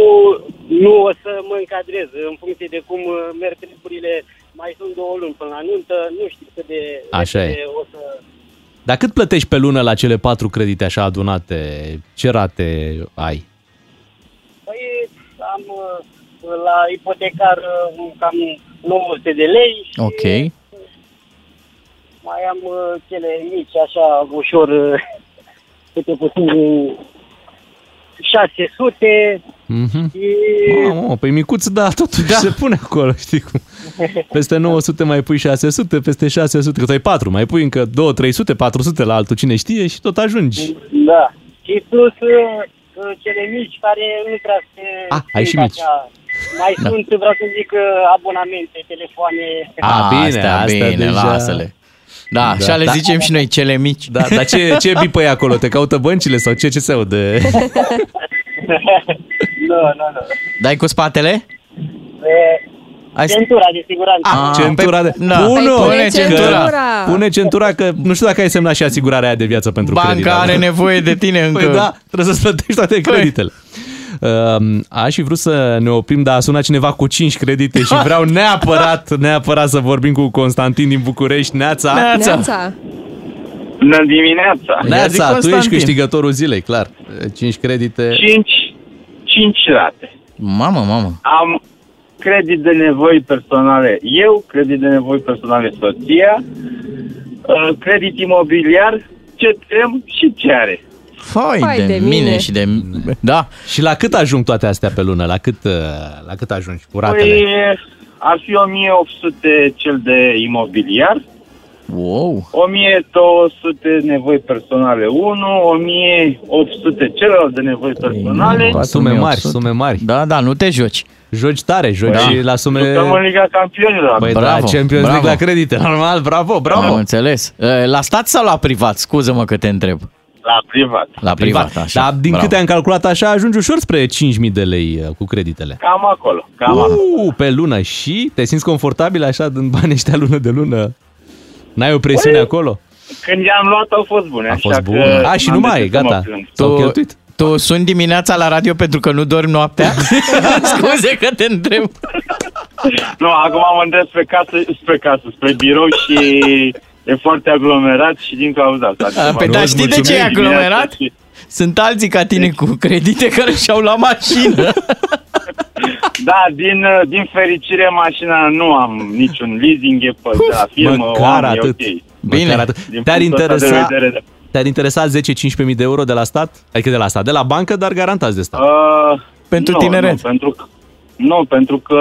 nu o să mă încadrez în funcție de cum uh, merg treburile. Mai sunt două luni până la nuntă, nu știu cât de
Așa
repede
e.
o să...
Dar cât plătești pe lună la cele patru credite așa adunate? Ce rate ai?
Păi am uh, la ipotecar uh, cam 900 de lei și
Ok.
mai am uh, cele mici, așa, ușor, uh, câte puțin, uh, 600
Mhm.
și...
Mamă, păi micuț, da, totuși da. se pune acolo, știi cum. Peste 900 mai pui 600, peste 600, că tu ai 4, mai pui încă 2, 300, 400 la altul, cine știe, și tot ajungi.
Da. Și plus uh, uh, cele mici care nu prea se...
Ah, ai și
simt
mici.
Așa, Mai da. sunt, vreau să zic, abonamente, telefoane.
Ah,
A, bine, astea, astea bine, deja... lasă-le. Da, da, și ale da. zicem și noi, cele mici.
Da, dar ce, ce bipă e acolo? Te caută băncile sau ce, ce se aude?
nu, nu, nu.
Dai cu spatele?
E, Ai... Centura de siguranță.
Ah, centura de...
Da.
Bună!
Pune
Că-
centura.
Pune centura că nu știu dacă ai semnat și asigurarea aia de viață pentru
Banca
credit. dar-
are nevoie de tine încă. Păi.
Păi da, trebuie să-ți plătești toate creditele. Um, aș fi vrut să ne oprim, dar a sunat cineva cu 5 credite și vreau neapărat, neapărat să vorbim cu Constantin din București. Neața!
Neața.
Bună dimineața!
Neața, tu ești
Constantin.
câștigătorul zilei, clar. 5 credite.
5, 5 rate.
Mamă, mamă.
Am credit de nevoi personale eu, credit de nevoi personale soția, uh, credit imobiliar, ce tem și ce are.
Fai,
Fai de mine.
și de... Da.
Și la cât ajung toate astea pe lună? La cât, uh, la cât ajungi cu ratele?
Păi, ar fi 1800 cel de imobiliar,
Wow.
1200 nevoi personale 1, 1800 celălalt de nevoi personale.
Sume mari, sume mari.
Da, da, nu te joci.
Joci tare, joci
Da.
la sume...
Suntem în Liga Campionilor.
Păi
Bravo,
da, Champions
bravo.
League la credite, normal, bravo,
Am
bravo.
înțeles. E, La stat sau la privat? Scuză-mă că te întreb.
La privat.
La privat, așa.
Dar din
Bravo.
câte am calculat așa, ajungi ușor spre 5.000 de lei uh, cu creditele.
Cam acolo. Cam acolo.
Uuu, pe lună și te simți confortabil așa dând bani ăștia lună de lună? N-ai o presiune
Păi,
acolo?
Când i-am luat au fost bune.
A fost
așa
bun.
Că
A, și nu
n-am
mai e,
decât să mă
gata.
plâng.
S-au cheltuit.
tu suni dimineața la radio pentru că nu dormi noaptea? Scuze că te întreb.
Nu, acum mă îndrept spre casă, spre casă, spre birou și e foarte aglomerat și din cauza asta.
A, Pe
Acum,
da,
îți
știi de ce e
mulțumesc
aglomerat?
dimineața și-
Sunt alții ca
Deci-
tine cu credite care și-au luat mașină.
Da, din, uh, din fericire mașina nu am niciun leasing, e pe de la da, firmă, o
Măcar
am,
atât.
e ok.
Bine.
Măcar atât.
Din
Te-ar
punctul ăsta de
interesa,
vedere, da.
te-ar interesa 10-15.000 de euro de la stat? Adică de la stat, de la bancă, dar garantați de stat.
Uh,
Pentru
nu,
tineret.
Nu pentru, că, nu, pentru că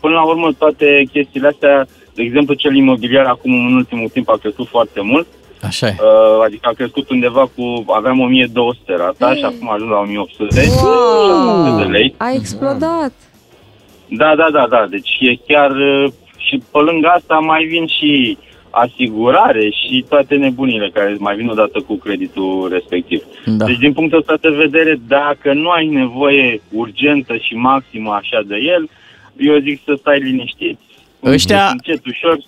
până la urmă toate chestiile astea, de exemplu cel imobiliar acum în ultimul timp a crescut foarte mult,
Așa e.
uh, adică a crescut undeva cu, aveam 1200 rata și acum ajung la 1800
Wow.
de lei.
A explodat.
Da, da, da, da, deci e chiar uh, și pe lângă asta mai vin și asigurare și toate nebunile care mai vin odată cu creditul respectiv.
Da.
Deci, din punctul ăsta de vedere, dacă nu ai nevoie urgentă și maximă așa de el, eu zic să stai liniștit.
Ăștia-
Încet, ușor.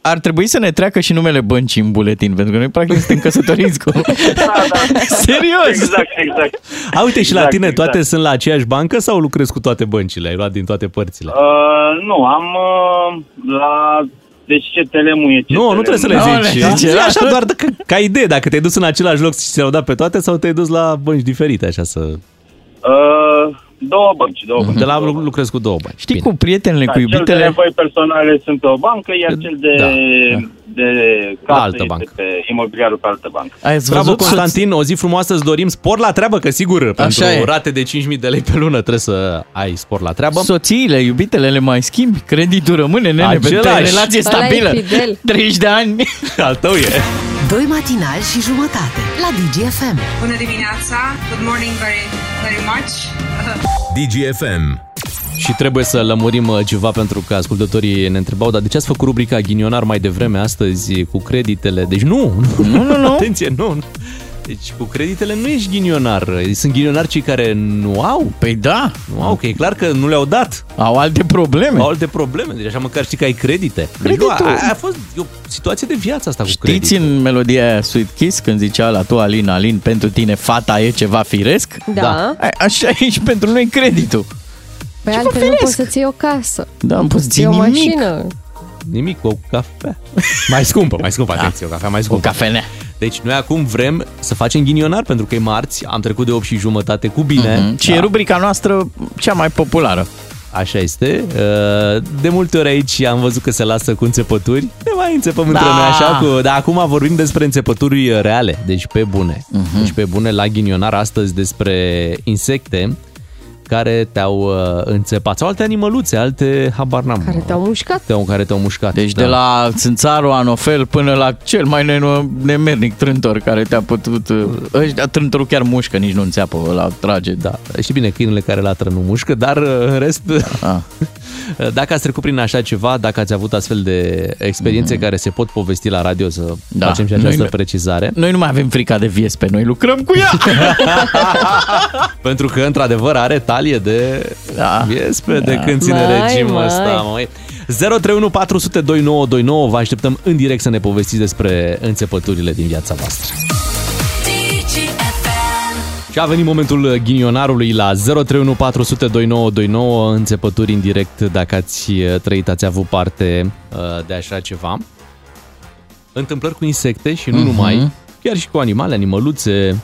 Ar trebui să ne treacă și numele băncii în buletin, pentru că noi practic suntem căsătoriți cu...
Da, da.
Serios!
Exact, exact.
A, uite, și la
Exact,
tine
exact.
toate sunt la aceeași bancă sau lucrezi cu toate băncile? Ai luat din toate părțile?
Uh, nu, am uh, la... Deci ce telemul e ce
Nu, nu trebuie să le
Aoleu,
zici.
da?
Zi Așa doar dacă, ca idee, dacă te-ai dus în același loc și ți-au dat pe toate sau te-ai dus la bănci diferite, așa să...
Uh, două bănci, două bănci.
Mhm. De la
două
lu-
bănci.
lucrez cu două bani.
Știi, cu prietenele, cu
Da, Cel de
iubitele...
nevoi personale sunt pe o bancă, iar cel de,
Da,
da,
da.
da. de
La
casă
altă
este
bancă.
pe imobiliarul pe altă bancă.
Ați
Bravo,
văzut?
Constantin, o zi frumoasă îți dorim. Spor la treabă, că sigur, pentru
e.
rate de 5.000 de lei pe lună trebuie să ai spor la treabă.
Soțiile, iubitele le mai schimbi, creditul rămâne, nene, pentru
Același.
relație
Ăla e
stabilă.
fidel.
30 de ani.
Al tău e.
Doi matinali și jumătate la DGFM.
Bună dimineața! Good morning very, very much!
DGFM.
Și trebuie să lămurim uh, ceva pentru că ascultătorii ne întrebau, dar de ce ați făcut rubrica Ghinionar mai devreme astăzi uh, cu creditele? Deci nu, nu, nu, nu, nu. atenție, nu. nu. Deci cu creditele nu ești ghinionar, sunt ghinionari cei care nu au,
Păi da,
nu au, că e clar că nu le-au dat,
au alte probleme.
au alte probleme, deci așa măcar știi că ai credite. Deci, nu,
Creditul.
a, a fost o situație de viață asta cu credit.
Știți în melodia aia Sweet Kiss când zicea la tu Alin, Alin, pentru tine fata e ceva firesc?
Da. da.
A- Așa e și pentru noi creditul.
Păi
Ce
altfel nu
păfilesc?
poți să-ți iei o casă.
Da, nu poți ții
E o
nimic.
mașină.
Nimic, o cafea. Mai scumpă, mai scumpă, atenție, o cafea mai
Da. O
scumpă.
cafenea.
Deci noi acum vrem să facem ghinionar pentru că e marți, am trecut de 8 și jumătate cu bine. Da.
Mm, Și e rubrica noastră cea mai populară.
Așa este. Uh, De multe ori aici am văzut că se lasă cu înțepături. Ne mai înțepăm între
Da.
noi așa. Cu... Dar acum vorbim despre înțepături uh,
Mhm.
reale. Deci pe bune. Deci pe bune la ghinionar astăzi despre insecte care te-au uh, înțepat sau alte animăluțe, alte habar n-am. Care
te-au mușcat.
Te-au, care te-au mușcat. da.
Deci de la țânțarul anofel până la cel mai neno- nemernic trântor care te-a putut... uh, Ăștia, trântorul chiar mușcă, nici nu înțeapă, la trage.
Da, știi bine, câinele care latră nu mușcă, dar uh, în rest...
Ah.
uh, dacă ați trecut prin așa ceva, dacă ați avut astfel de experiențe mm-hmm. care se pot povesti la radio, să da. facem și această
Mhm. Noi-
precizare.
Noi nu mai avem frica de viespe, noi lucrăm cu ea!
Pentru că, într-adevăr, are talie de da. viespe de
Da.
când ține
Mai,
regimul
mai.
ăsta, măi. 031402929 Vă așteptăm în direct să ne povestiți despre înțepăturile din viața voastră. Și a venit momentul ghinionarului la 031402929 înțepături în direct dacă ați uh, trăit, ați avut parte uh, de așa ceva. Întâmplări cu insecte și nu
Mhm.
numai, chiar și cu animale, animăluțe,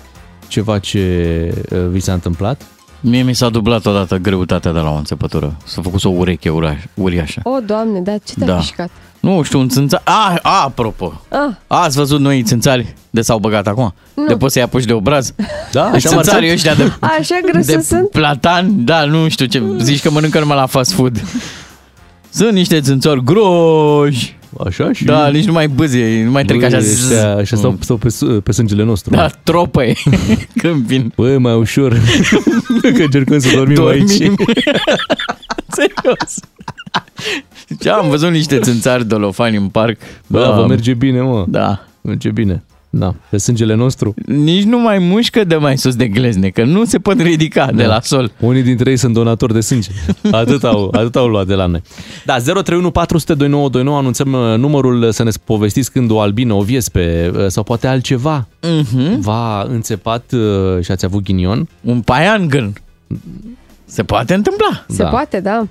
ceva ce uh, vi s-a întâmplat.
Mie mi s-a dublat odată greutatea de la o înțepătură. S-a făcut o ureche ura- uriașă.
O, doamne, da, ce te-a
Da.
mișcat?
Nu știu, un țânțar... A, a, apropo!
Ah,
Ați văzut noi țânțari de s-au băgat acum?
Nu.
De poți să-i apuci de obraz?
Da,
așa am
țânțarii
arătat.
Deci ăștia de,
Ah, așa grăsă
de
sunt?
platan, da, nu știu ce, zici că mănâncă numai la fast food. Sunt niște țânțari groși.
Așa și...
Da, nici nu mai bâzie, nu mai trec
Băi,
așa. Mm.
ăștia- ăștia stau, stau pe, su- pe sângele nostru.
Da, tropă e. Când vin.
Băi, mai ușor. că încercăm să dormim,
Dormim.
aici.
Serios. Deci am văzut niște țânțari dolofani în parc.
Bă,
Da.
vă merge bine, mă.
Da.
Merge bine. Da, pe sângele nostru.
Nici nu mai mușcă de mai sus de glezne, că nu se pot ridica de la sol.
Da. Unii dintre ei sunt donatori de sânge. Atât au, atât au luat de la noi. Da, 031402929 anunțăm uh, numărul să ne povestiți când o albină, o viespe uh, sau poate altceva
Mhm.
v-a înțepat uh, și ați avut ghinion.
Un paiangân. Se poate întâmpla.
Se poate, da.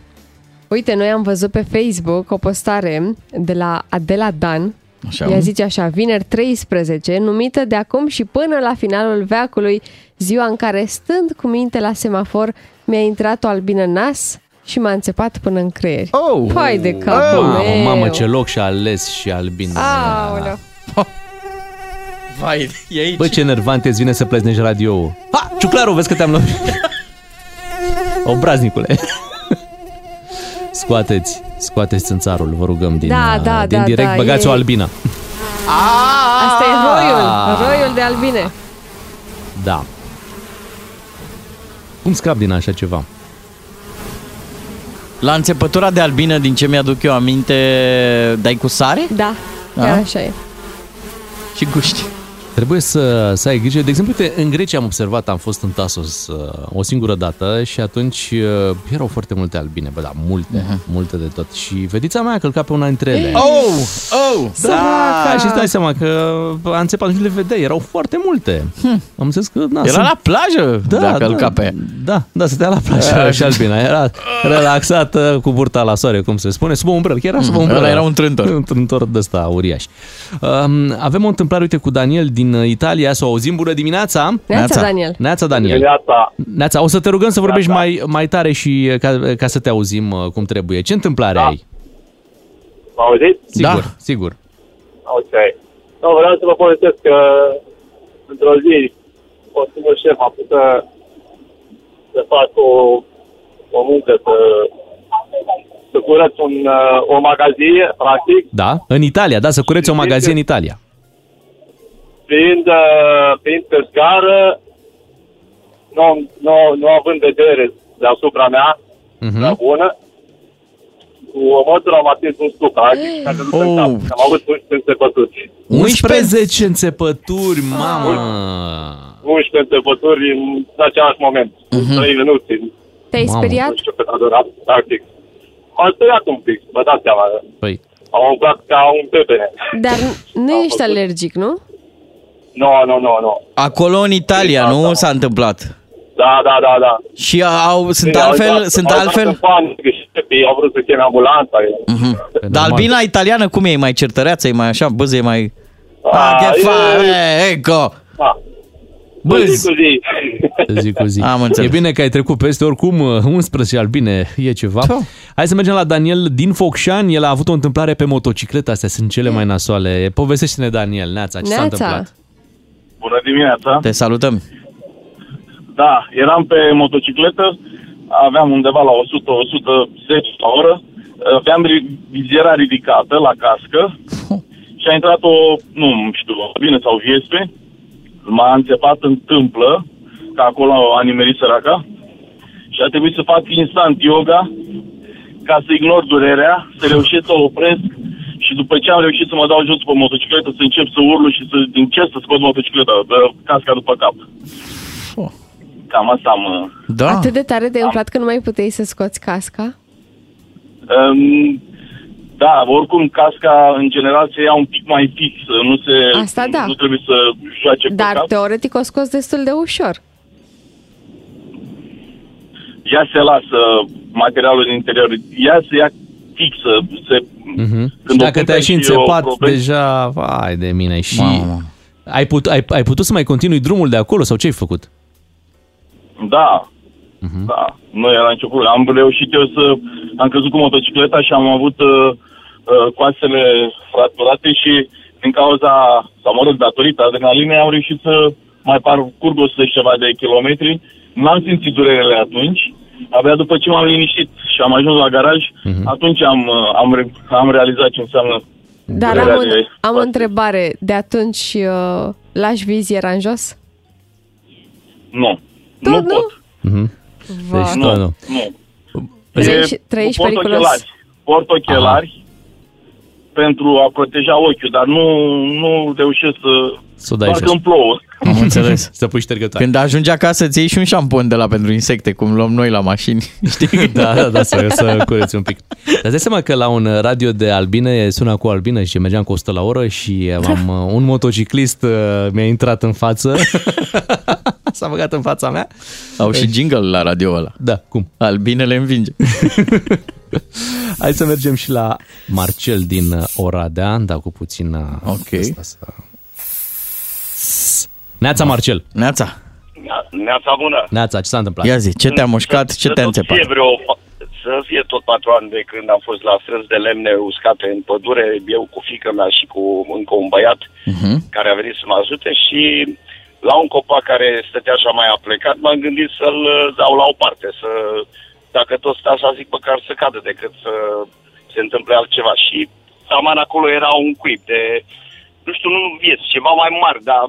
Uite, noi am văzut pe Facebook o postare de la Adela Dan.
Așa.
Ea zice așa, vineri 13, numită de acum și până la finalul veacului, ziua în care, stând cu minte la semafor, mi-a intrat o albină în nas și m-a înțepat până în creier.
Oh!
Pai de capul
Mamă,
meu! Ah,
mamă, ce loc și-a ales și albin.
Aoleu!
Vai, e aici.
Bă, ce enervant îți vine să pleznești radio Ha, Ciuclaru, vezi că te-am luat. Obraznicule. Scoateți, scoateți țânțarul, vă rugăm, din,
Da,
uh,
da,
din
da,
direct,
da,
băgați
e-
o albină.
Asta e roiul, roiul de albine.
Da. Cum scap din așa ceva?
La înțepătura de albină, din ce mi-aduc eu aminte, dai cu sare?
Da, Chiar așa e.
Și guști.
Trebuie să, să ai grijă. De exemplu, uite, în Grecia am observat, am fost în Tasos uh, o singură dată și atunci uh, erau foarte multe albine, bă, da, multe,
Mhm.
multe de tot. Și vedița mea a călcat pe una dintre ele.
Oh, oh!
Da, și îți dai seama că a înțepat, nu le vedeai, erau foarte multe. Hm. Am înțeles că... Na,
Era
sunt-
la plajă, dacă îl cape.
Da, da, stătea la plajă
Așa.
și Albina. Era relaxată cu burta la soare, cum se spune, sub o umbrelă. Chiar era sub o
Mhm.
umbrelă.
Ăla era un trântor.
Un trântor de ăsta uriaș. Um, avem o întâmplare, uite, cu Daniel din uh, Italia. Să o auzim, bună dimineața!
Neața, Daniel.
Neața, Daniel.
Dimineața.
Neața, o să te rugăm să vorbești mai, mai tare și uh, ca, ca să te auzim uh, cum trebuie. Ce întâmplare ai?
M-au auzit?
Sigur, da. sigur.
Ok. No, vreau să vă povestesc că într-o zi fostul șef a putut să, să fac o, o muncă, să, să curăț un, uh, o magazie, practic,
Da? În Italia, da? Să cureți o magazie în Italia.
fiind, uh, fiind pe scară, nu, nu, nu având vedere deasupra mea,
Mhm.
la bună, cu o motoră am atins un stup, practic, care nu oh. am avut 11 bătuți.
11 înțepături, mamă!
11 bături în același moment, în 3 minute, nu
Te-ai
Mamă.
speriat?
știu cât a durat, practic. M-am speriat un pic, vă dați seama,
Păi,
am umblat ca un pepene.
Dar nu ești alergic, nu?
Nu, nu, nu, nu.
Acolo în Italia, nu? S-a întâmplat.
Da, da, da, da.
Și au, sunt
Bine, au
altfel,
dat-
sunt
au dat în
altfel.
panică și șefii au vrut să cheme ambulanța.
Dar albina italiană cum e? E mai certăreață, e mai așa, bâză, e mai... Ah,
Ah,
che
e-
fa? Eh, Ecco!
Ah.
Bâz!
Cu zi.
zi cu zi.
Am înțeles.
E bine că ai trecut peste oricum 11 albine, e ceva. Hai să mergem la Daniel din Focșani. El a avut o întâmplare pe motocicletă, astea sunt cele mai nasoale. Povestește-ne, Daniel, Neața, ce s-a
Neața.
întâmplat?
Bună dimineața!
Te salutăm!
Da, eram pe motocicletă,
aveam undeva la 100-110 la oră, aveam ri- viziera ridicată la cască și a intrat o, nu știu, bine sau viespe, m-a înțepat în tâmplă, că acolo a nimerit săraca, și a trebuit să fac instant yoga ca să ignor durerea, să reușesc să o opresc și după ce am reușit să mă dau jos pe motocicletă, să încep să urlu și să încerc să scot motocicleta, dă- casca după cap. Cam asta am... uh,
Da.
Atât
Ah.
de tare de umflat că nu mai puteai să scoți casca?
Um, da, oricum casca în general se ia un pic mai fix, nu se
Asta da.
nu trebuie să joace
Dar
pe cap.
Da. teoretic o scoți destul de ușor.
Ea se lasă materialul din interior, ea se ia fixă, se
Mm-hmm. Și
Când o
dacă te-ai
cumperi
și
și
înțepat,
o problem-
deja, vai de mine. Și
Mamă.
ai, put, ai, ai putut să mai continui drumul de acolo sau ce ai făcut?
Da.
Mhm.
Uh-huh. Da. Nu era nicio problemă. Am reușit eu să... Am căzut cu motocicleta și am avut uh, uh, coasele fracturate și din cauza, sau mă rog, datorită adrenalinei, am reușit să mai parcurg 100 și ceva de kilometri. N-am simțit durerele atunci. Abia după ce m-am liniștit și am ajuns la garaj,
Mhm.
uh-huh. atunci am, uh, am, re- am realizat ce înseamnă
Dar am,
durerea
un,
de-
am o întrebare. De atunci uh, lași viziera în jos?
Nu.
Tot nu? Vai.
Deci, nu. nu.
Nu.
Păi
Trăiești-
E-
trăiești
port
periculos.
ochelari. Port ochelari pentru a proteja ochiul, dar nu, nu reușesc să...
Să
dai
Doar
jos.
când plouă.
Am înțeles.
Să pui ștergătoare.
Când ajungi acasă, îți iei și un șampon de la pentru insecte, cum luăm noi la mașini. Știi?
Da, da, da, să, să cureți un pic. Dar îți dai seama că la un radio de albine, suna cu albine și mergeam cu 100 la oră și am,
Da.
un motociclist uh, mi-a intrat în față. S-a băgat în fața mea.
Au și jingle la radio ăla.
Da, cum?
Albinele învinge.
Hai să mergem și la Marcel din uh, Oradea, da, cu puțin... Ok. Asta, să... Neața, Marcel.
Neața.
Neața bună.
Neața, ce s-a întâmplat?
Ia zi, ce te-a mușcat, ce
Să
te-a
tot
înțepat?
Fie vreo, să fie tot patru ani de când am fost la strâns de lemne uscate în pădure, eu cu fica mea și cu încă un băiat
uh-huh.
care a venit să mă ajute și la un copac care stătea așa mai aplecat, m-am gândit să-l uh, dau la o parte, să, dacă tot stă așa, zic măcar să cadă decât să se întâmple altceva. Și taman acolo era un cuib de, nu știu, nu vieți, ceva mai mari, dar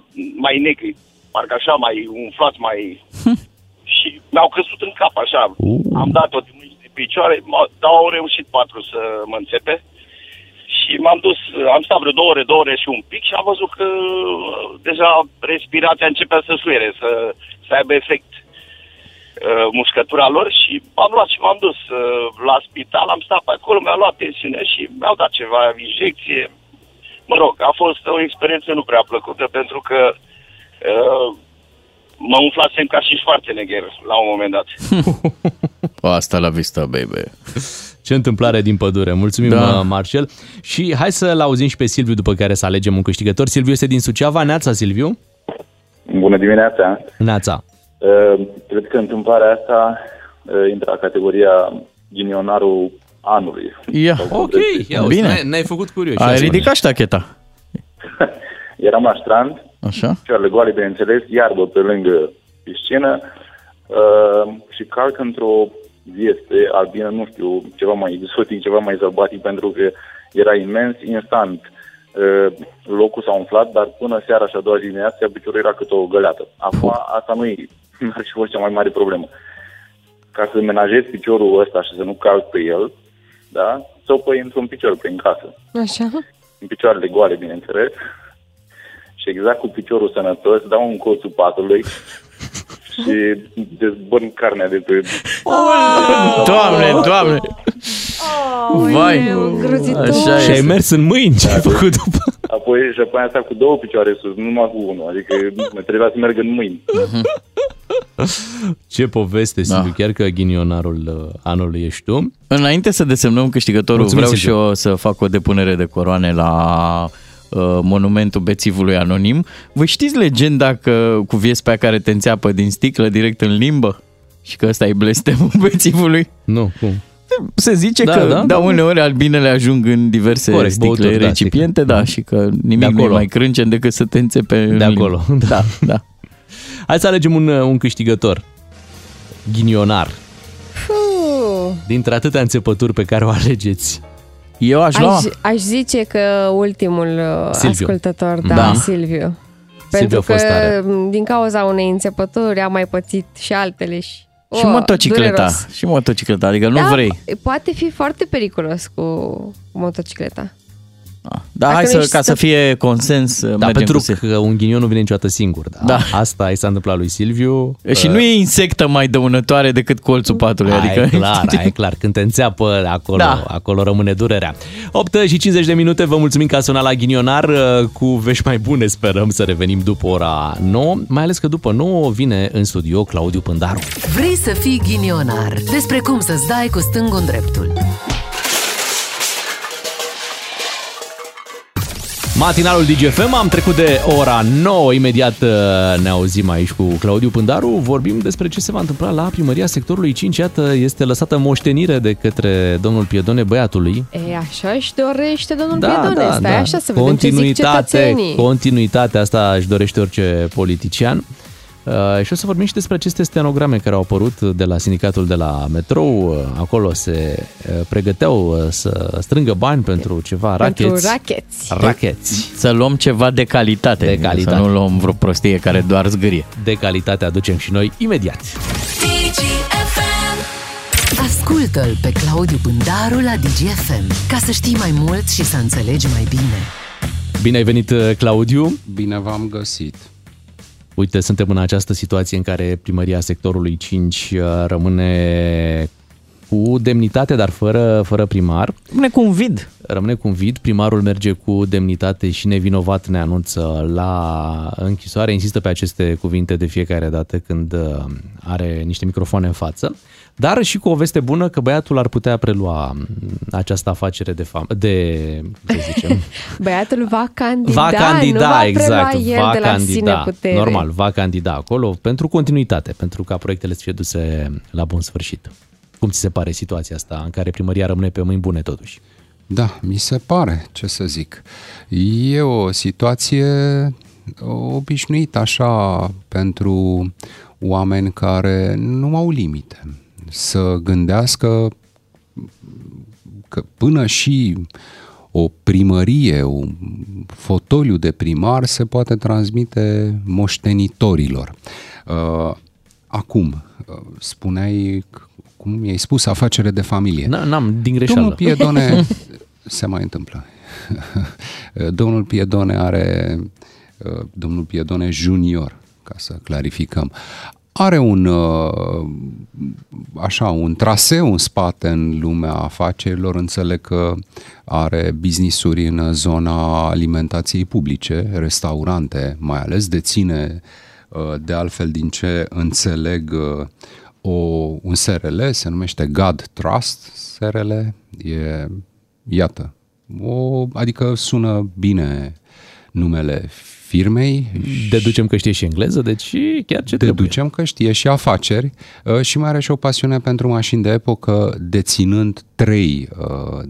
mai negri, parcă așa, mai umflat, mai... și mi-au căzut în cap așa. Am dat-o de mâini de picioare, m- dar au reușit patru să mă înțepe. Și m-am dus, am stat vreo două ore, două ore și un pic și am văzut că uh, deja respirația începea să suiere, să, să aibă efect uh, mușcătura lor și am luat și m-am dus uh, la spital, am stat pe acolo, mi-a luat tensiune și mi-au dat ceva injecție. Mă rog, a fost o experiență nu prea plăcută pentru că uh, mă umflasem ca și Schwarzenegger la un moment dat.
Asta la vista, baby.
Ce întâmplare din pădure. Mulțumim,
Da.
da. Marcel. Și hai să-l auzim și pe Silviu, după care să alegem un câștigător. Silviu este din Suceava. Neața, Silviu.
Bună dimineața!
Neața.
Uh, Cred că întâmplarea asta uh, intră la categoria ghinionarul anului.
Ia, ok,
ia uite, ne- ne-ai făcut curioși.
Ai
Ia
ridicat ștacheta.
Eram la strand,
Așa?
picioarele goale, bineînțeles, iarbă pe lângă piscină uh, și calc într-o vieste albină, nu știu, ceva mai exotic, ceva mai sălbatic, pentru că era imens, instant. Uh, Locul s-a umflat, dar până seara și a doua zi dimineață, piciorul era cât o găleată. Acum, asta nu e, ar fi fost cea mai mare problemă. Ca să menajez piciorul ăsta și să nu calc pe el, da? Sau păi într-un picior prin casă
Așa?
în picioarele goale, bineînțeles, și exact cu piciorul sănătos, dau un colțul patului și dezbân carnea de pe...
Doamne, doamne!
Vai!
Așa și ai mers în mâini,
Da,
ce ai făcut după?
Apoi și apoi am stat cu două picioare sus, nu numai cu unul, adică mă trebuia să merg în mâini.
Mhm.
Ce poveste, Silviu, da. chiar că ghinionarul uh, anului ești tu.
Înainte să desemnăm câștigătorul,
Mulțumim,
vreau
Silviu.
și eu să fac o depunere de coroane la uh, monumentul bețivului anonim. Vă știți legenda că cu viespea care te înțeapă din sticlă direct în limbă? Și că ăsta e blestemul bețivului?
Nu, cum?
Se zice
Da,
că,
da,
da,
da.
uneori albinele ajung în diverse
Corect,
Corect, sticle
băuturi, da,
recipiente, da, și că
De
nimic nu
acolo.
mai crâncen decât să te înțepe
De acolo,
da. da.
Hai să alegem un, uh, un câștigător. Ghinionar.
Wow.
Dintre atâtea înțepături pe care o alegeți.
Eu aș
Aș, aș zice că ultimul uh,
Silviu.
ascultător, da,
Da.
Silviu.
Silviu
Pentru
a
că mm,
fost tare.
din cauza unei înțepături am mai pățit și altele și...
Și
Oh,
motocicleta.
dureros.
Și motocicleta, adică nu
da,
vrei.
po- Poate fi foarte periculos cu motocicleta.
Dar
Dacă
hai
nu
să,
ești
ca să
stăp-
fie consens, da, mergem
pentru
cu se-
că un ghinion nu vine niciodată singur. Da. da. Asta i s-a întâmplat lui Silviu.
Și
Uh,
nu e insectă mai dăunătoare decât colțul patului.
Aia
adică,
e clar, aia e clar. Când te înțeapă, acolo,
Da.
da. acolo rămâne durerea. 8 și 50 de minute, vă mulțumim că ați sunat la Ghinionar. uh, Cu vești mai bune sperăm să revenim după ora 9, mai ales că după 9 vine în studio Claudiu Pândaru.
Vrei să fii ghinionar? Despre cum să-ți dai cu stângul în dreptul.
Matinalul DGFM, am trecut de ora 9, imediat uh, ne auzim aici cu Claudiu Pândaru, vorbim despre ce se va întâmpla la primăria sectorului 5, iată, este lăsată moștenire de către domnul Piedone Băiatului.
E, așa își dorește domnul da, Piedone, da, stai da. așa să vedem ce zic
Continuitate,
cetățenii.
continuitatea asta își dorește orice politician. Uh, și o să vorbim și despre aceste stenograme care au apărut de la sindicatul de la metrou. Uh, Acolo se uh, pregăteau uh, să strângă bani pentru ceva
Pentru
racheți.
racheți.
Racheți.
Să luăm ceva de calitate. adică
De
Să
calitate.
nu luăm vreo prostie care doar zgârie.
De calitate aducem și noi imediat.
Ascultă-l pe Claudiu Pândaru la DGFM ca să știi mai mult și să înțelegi mai bine.
Bine ai venit, uh, Claudiu!
Bine v-am găsit.
Uite, suntem în această situație în care primăria sectorului 5 uh, rămâne cu demnitate, dar fără, fără primar.
Rămâne cu un vid.
Rămâne cu un vid, primarul merge cu demnitate și nevinovat ne anunță la închisoare, insistă pe aceste cuvinte de fiecare dată când uh, are niște microfoane în față, dar și cu o veste bună că băiatul ar putea prelua mm, această afacere de, fam- de ce zicem,
Băiatul va candida,
va candida,
Da, nu va
exact,
prelua el
va
de la sine
candida,
putere.
normal, va candida acolo pentru continuitate, pentru ca proiectele să fie duse la bun sfârșit. Cum ți se pare situația asta în care primăria rămâne pe mâini bune totuși?
Da, mi se pare, ce să zic. E o situație obișnuită așa pentru oameni care nu au limite. Să gândească că până și o primărie, un fotoliu de primar se poate transmite moștenitorilor. Uh, Acum, uh, spuneai, c- cum i-ai spus, afacere de familie.
Na, n-am, din greșeală.
Domnul Piedone se mai întâmplă. Domnul Piedone are, uh, domnul Piedone junior, ca să clarificăm, are un, uh, așa, un traseu în spate în lumea afacerilor, înțeleg că are businessuri în zona alimentației publice, restaurante mai ales, deține uh, de altfel din ce înțeleg uh, o, un SRL, se numește God Trust SRL, e, iată, o, adică sună bine numele firmei.
Deducem că știe și engleză, deci chiar ce
Deducem că știe și afaceri uh, și mai are și o pasiune pentru mașini de epocă, deținând trei uh,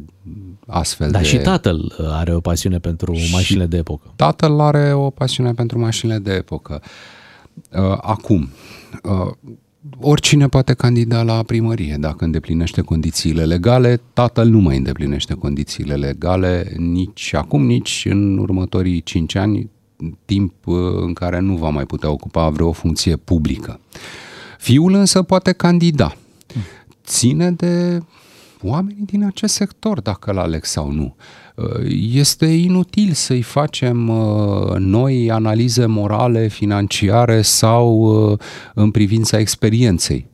astfel
Dar
de...
și tatăl uh, are o pasiune pentru mașinile de epocă.
Tatăl are o pasiune pentru mașinile de epocă. Uh, Acum, uh, oricine poate candida la primărie dacă îndeplinește condițiile legale. Tatăl nu mai îndeplinește condițiile legale nici acum, nici în următorii 5 ani, timp uh, în care nu va mai putea ocupa vreo funcție publică. Fiul însă poate candida. Ține de oamenii din acest sector dacă îl aleg sau nu. Uh, Este inutil să-i facem uh, noi analize morale, financiare sau uh, în privința experienței.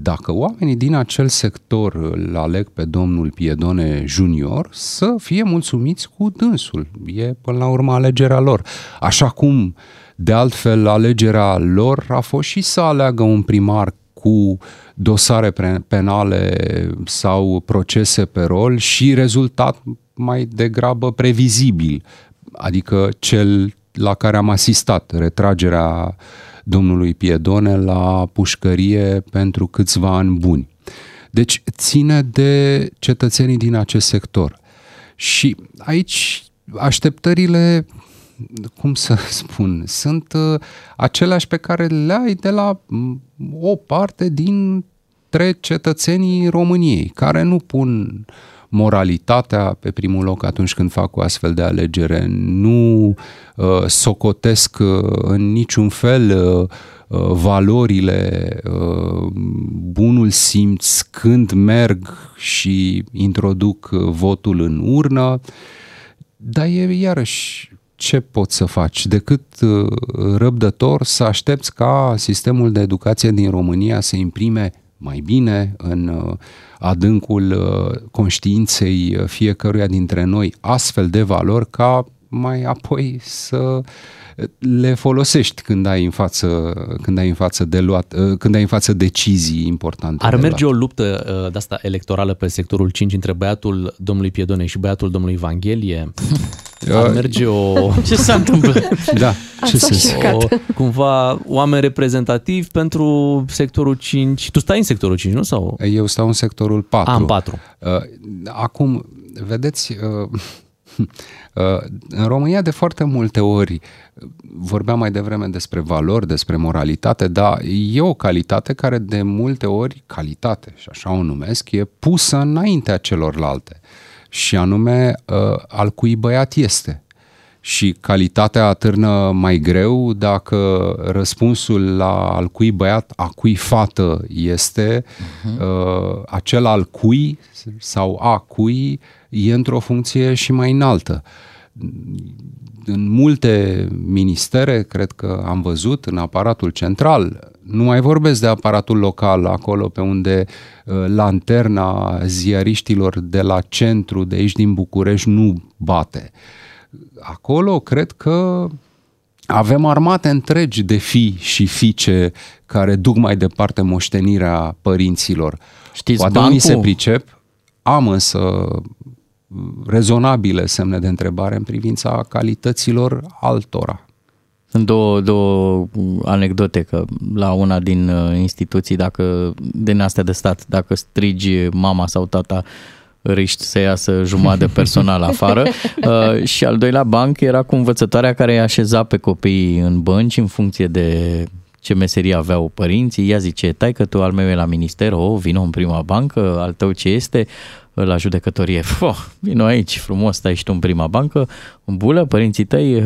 Dacă oamenii din acel sector îl aleg pe domnul Piedone Junior, să fie mulțumiți cu dânsul. E până la urmă alegerea lor. Așa cum, de altfel, alegerea lor a fost și să aleagă un primar cu dosare pre- penale sau procese pe rol și rezultat mai degrabă previzibil, adică cel la care am asistat, retragerea domnului Piedone la pușcărie pentru câțiva ani buni. Deci ține de cetățenii din acest sector. Și aici așteptările, cum să spun, sunt uh, aceleași pe care le ai de la mm, o parte din către cetățenii României, care nu pun moralitatea pe primul loc atunci când fac o astfel de alegere, nu uh, socotesc uh, în niciun fel uh, valorile, uh, bunul simț când merg și introduc uh, votul în urnă, dar e iarăși ce poți să faci decât uh, răbdător să aștepți ca sistemul de educație din România să imprime mai bine în uh, adâncul uh, conștiinței uh, fiecăruia dintre noi astfel de valori ca mai apoi să uh, le folosești când ai în față, când ai în față, de luat, uh, când ai în față decizii importante.
Ar
de
merge luat. o luptă de asta electorală pe sectorul 5 între băiatul domnului Piedone și băiatul domnului Evanghelie? Ar merge o...
Ce s-a întâmplat?
Da,
ce sens?
O, cumva oameni reprezentativi pentru sectorul 5. Tu stai în sectorul 5, nu? Sau?
Eu stau în sectorul 4.
Am 4.
Uh, Acum, vedeți, uh, în România de foarte multe ori vorbeam mai devreme despre valori, despre moralitate, dar e o calitate care de multe ori, calitate și așa o numesc, e pusă înaintea celorlalte și anume uh, al cui băiat este. Și calitatea atârnă mai greu dacă răspunsul la al cui băiat, a cui fată este, uh-huh. uh, acel al cui sau a cui e într-o funcție și mai înaltă. În multe ministere, cred că am văzut, în aparatul central, nu mai vorbesc de aparatul local, acolo pe unde uh, lanterna ziariștilor de la centru, de aici din București, nu bate. Acolo cred că avem armate întregi de fii și fiice care duc mai departe moștenirea părinților.
Știți,
Poate
bancul?
unii se pricep, am însă uh, rezonabile semne de întrebare în privința calităților altora.
Sunt două, două anecdote că la una din uh, instituții, dacă, din astea de stat, dacă strigi mama sau tata, riști să iasă jumătate de personal afară. Uh, și al doilea banc era cu învățătoarea care îi așeza pe copiii în bănci în funcție de ce meserie aveau părinții, ea zice, tai că tu al meu e la minister, o, oh, vină în prima bancă, al tău ce este? la judecătorie. Fo, vino aici, frumos, stai și tu în prima bancă, în bulă, părinții tăi,